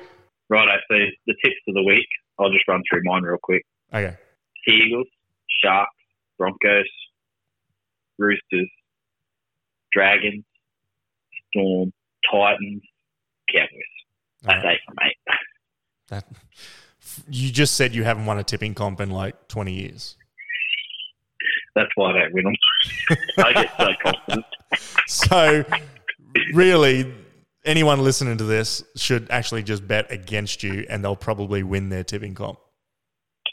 S2: Righto, so the tips of the week, I'll just run through mine real quick.
S1: Okay.
S2: Sea Eagles, Sharks, Broncos, Roosters, Dragons, Storm, Titans, Cowboys.
S1: All
S2: That's
S1: right.
S2: eight from eight.
S1: That you just said you haven't won a tipping comp in like twenty years.
S2: That's why I don't win them. I get so confident.
S1: So really, anyone listening to this should actually just bet against you, and they'll probably win their tipping comp.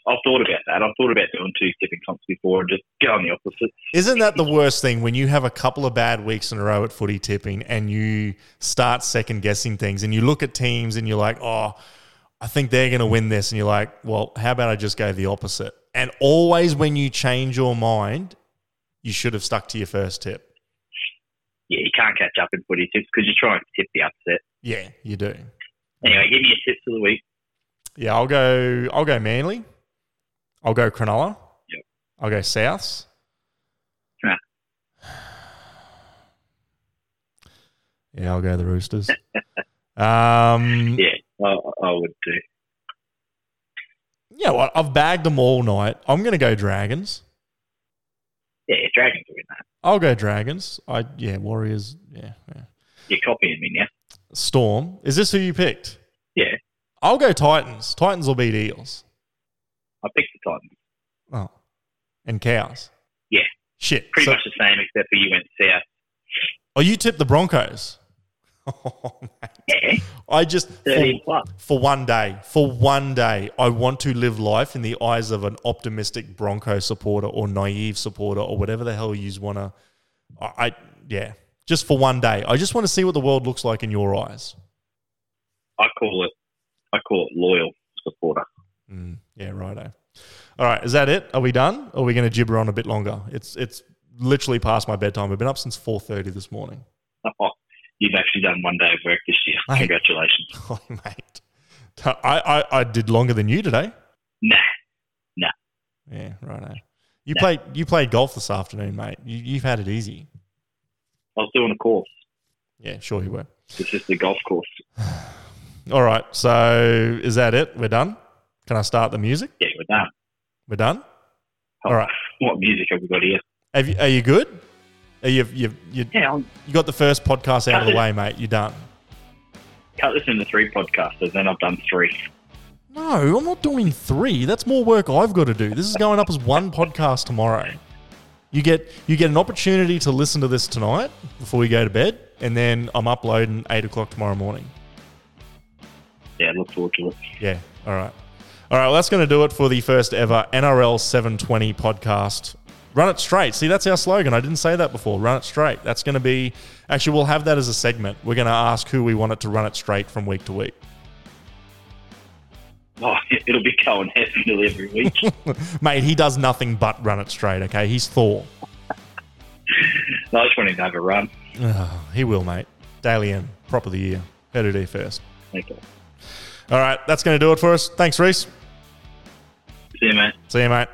S2: I've thought about that. I've thought about doing two tipping comps before and just get on the opposite.
S1: Isn't that the worst thing when you have a couple of bad weeks in a row at footy tipping, and you start second guessing things, and you look at teams, and you're like, oh. I think they're going to win this. And you're like, well, how about I just go the opposite? And always when you change your mind, you should have stuck to your first tip.
S2: Yeah, you can't catch up in footy tips because you're trying to tip the upset.
S1: Yeah, you do.
S2: Anyway, give me your tips of the week.
S1: Yeah, I'll go. I'll go Manly. I'll go Cronulla.
S2: Yep.
S1: I'll go Souths.
S2: Nah.
S1: Yeah, I'll go the Roosters. um, yeah.
S2: Yeah, I, I would do.
S1: You know what? I've bagged them all night. I'm going to go Dragons.
S2: Yeah, Dragons will win that.
S1: I'll go Dragons. I yeah Warriors. Yeah, yeah.
S2: You're copying me now.
S1: Storm. Is this who you picked?
S2: Yeah.
S1: I'll go Titans. Titans will beat Eels.
S2: I picked the Titans.
S1: Oh, and cows.
S2: Yeah.
S1: Shit.
S2: Pretty
S1: So-
S2: much the same, except for you went south.
S1: oh, you tipped the Broncos. Oh, mate.
S2: Yeah,
S1: I just for,
S2: 13 plus.
S1: for one day, for one day, I want to live life in the eyes of an optimistic Bronco supporter or naive supporter or whatever the hell you want to. I, I yeah, just for one day, I just want to see what the world looks like in your eyes.
S2: I call it, I call it loyal supporter.
S1: Mm, yeah, righto. All right, is that it? Are we done? Or are we going to gibber on a bit longer? It's it's literally past my bedtime. I've been up since four thirty this morning.
S2: Oh, you've actually done one day of work this year.
S1: Mate.
S2: Congratulations.
S1: Oh, mate, I, I I did longer than you today.
S2: Nah,
S1: Yeah, righto. You played you played golf this afternoon, mate. You, you've had it easy.
S2: I was doing a course.
S1: Yeah, sure you were.
S2: It's just a golf course.
S1: All right, so is that it? We're done. Can I start the music?
S2: Yeah, we're done.
S1: We're done.
S2: Oh,
S1: All right.
S2: What music have we got here?
S1: Have you, are you good? Are you you you
S2: Yeah, I'll
S1: you got the first podcast out of the
S2: Cut it.
S1: way, mate? You done?
S2: cut this into three podcasters, then I've done three.
S1: No, I'm not doing three. That's more work I've got to do. This is going up as one podcast tomorrow. You get you get an opportunity to listen to this tonight before we go to bed, and then I'm uploading eight o'clock tomorrow morning.
S2: Yeah, look forward to it.
S1: Yeah. All right. All right. Well, that's going to do it for the first ever NRL 720 podcast. Run it straight. See, that's our slogan. I didn't say that before. Run it straight. That's going to be actually, we'll have that as a segment. We're going to ask who we want it to run it straight from week to week.
S2: Oh, it'll be Cohen Hessenville every week.
S1: Mate, he does nothing but run it straight, okay? He's Thor.
S2: No, I just wanted to have a run.
S1: Ah, he will, mate. Daily M, prop of the year. Heard it here first.
S2: Okay.
S1: All right. That's going to do it for us. Thanks, Reese.
S2: See you, mate.
S1: See you, mate.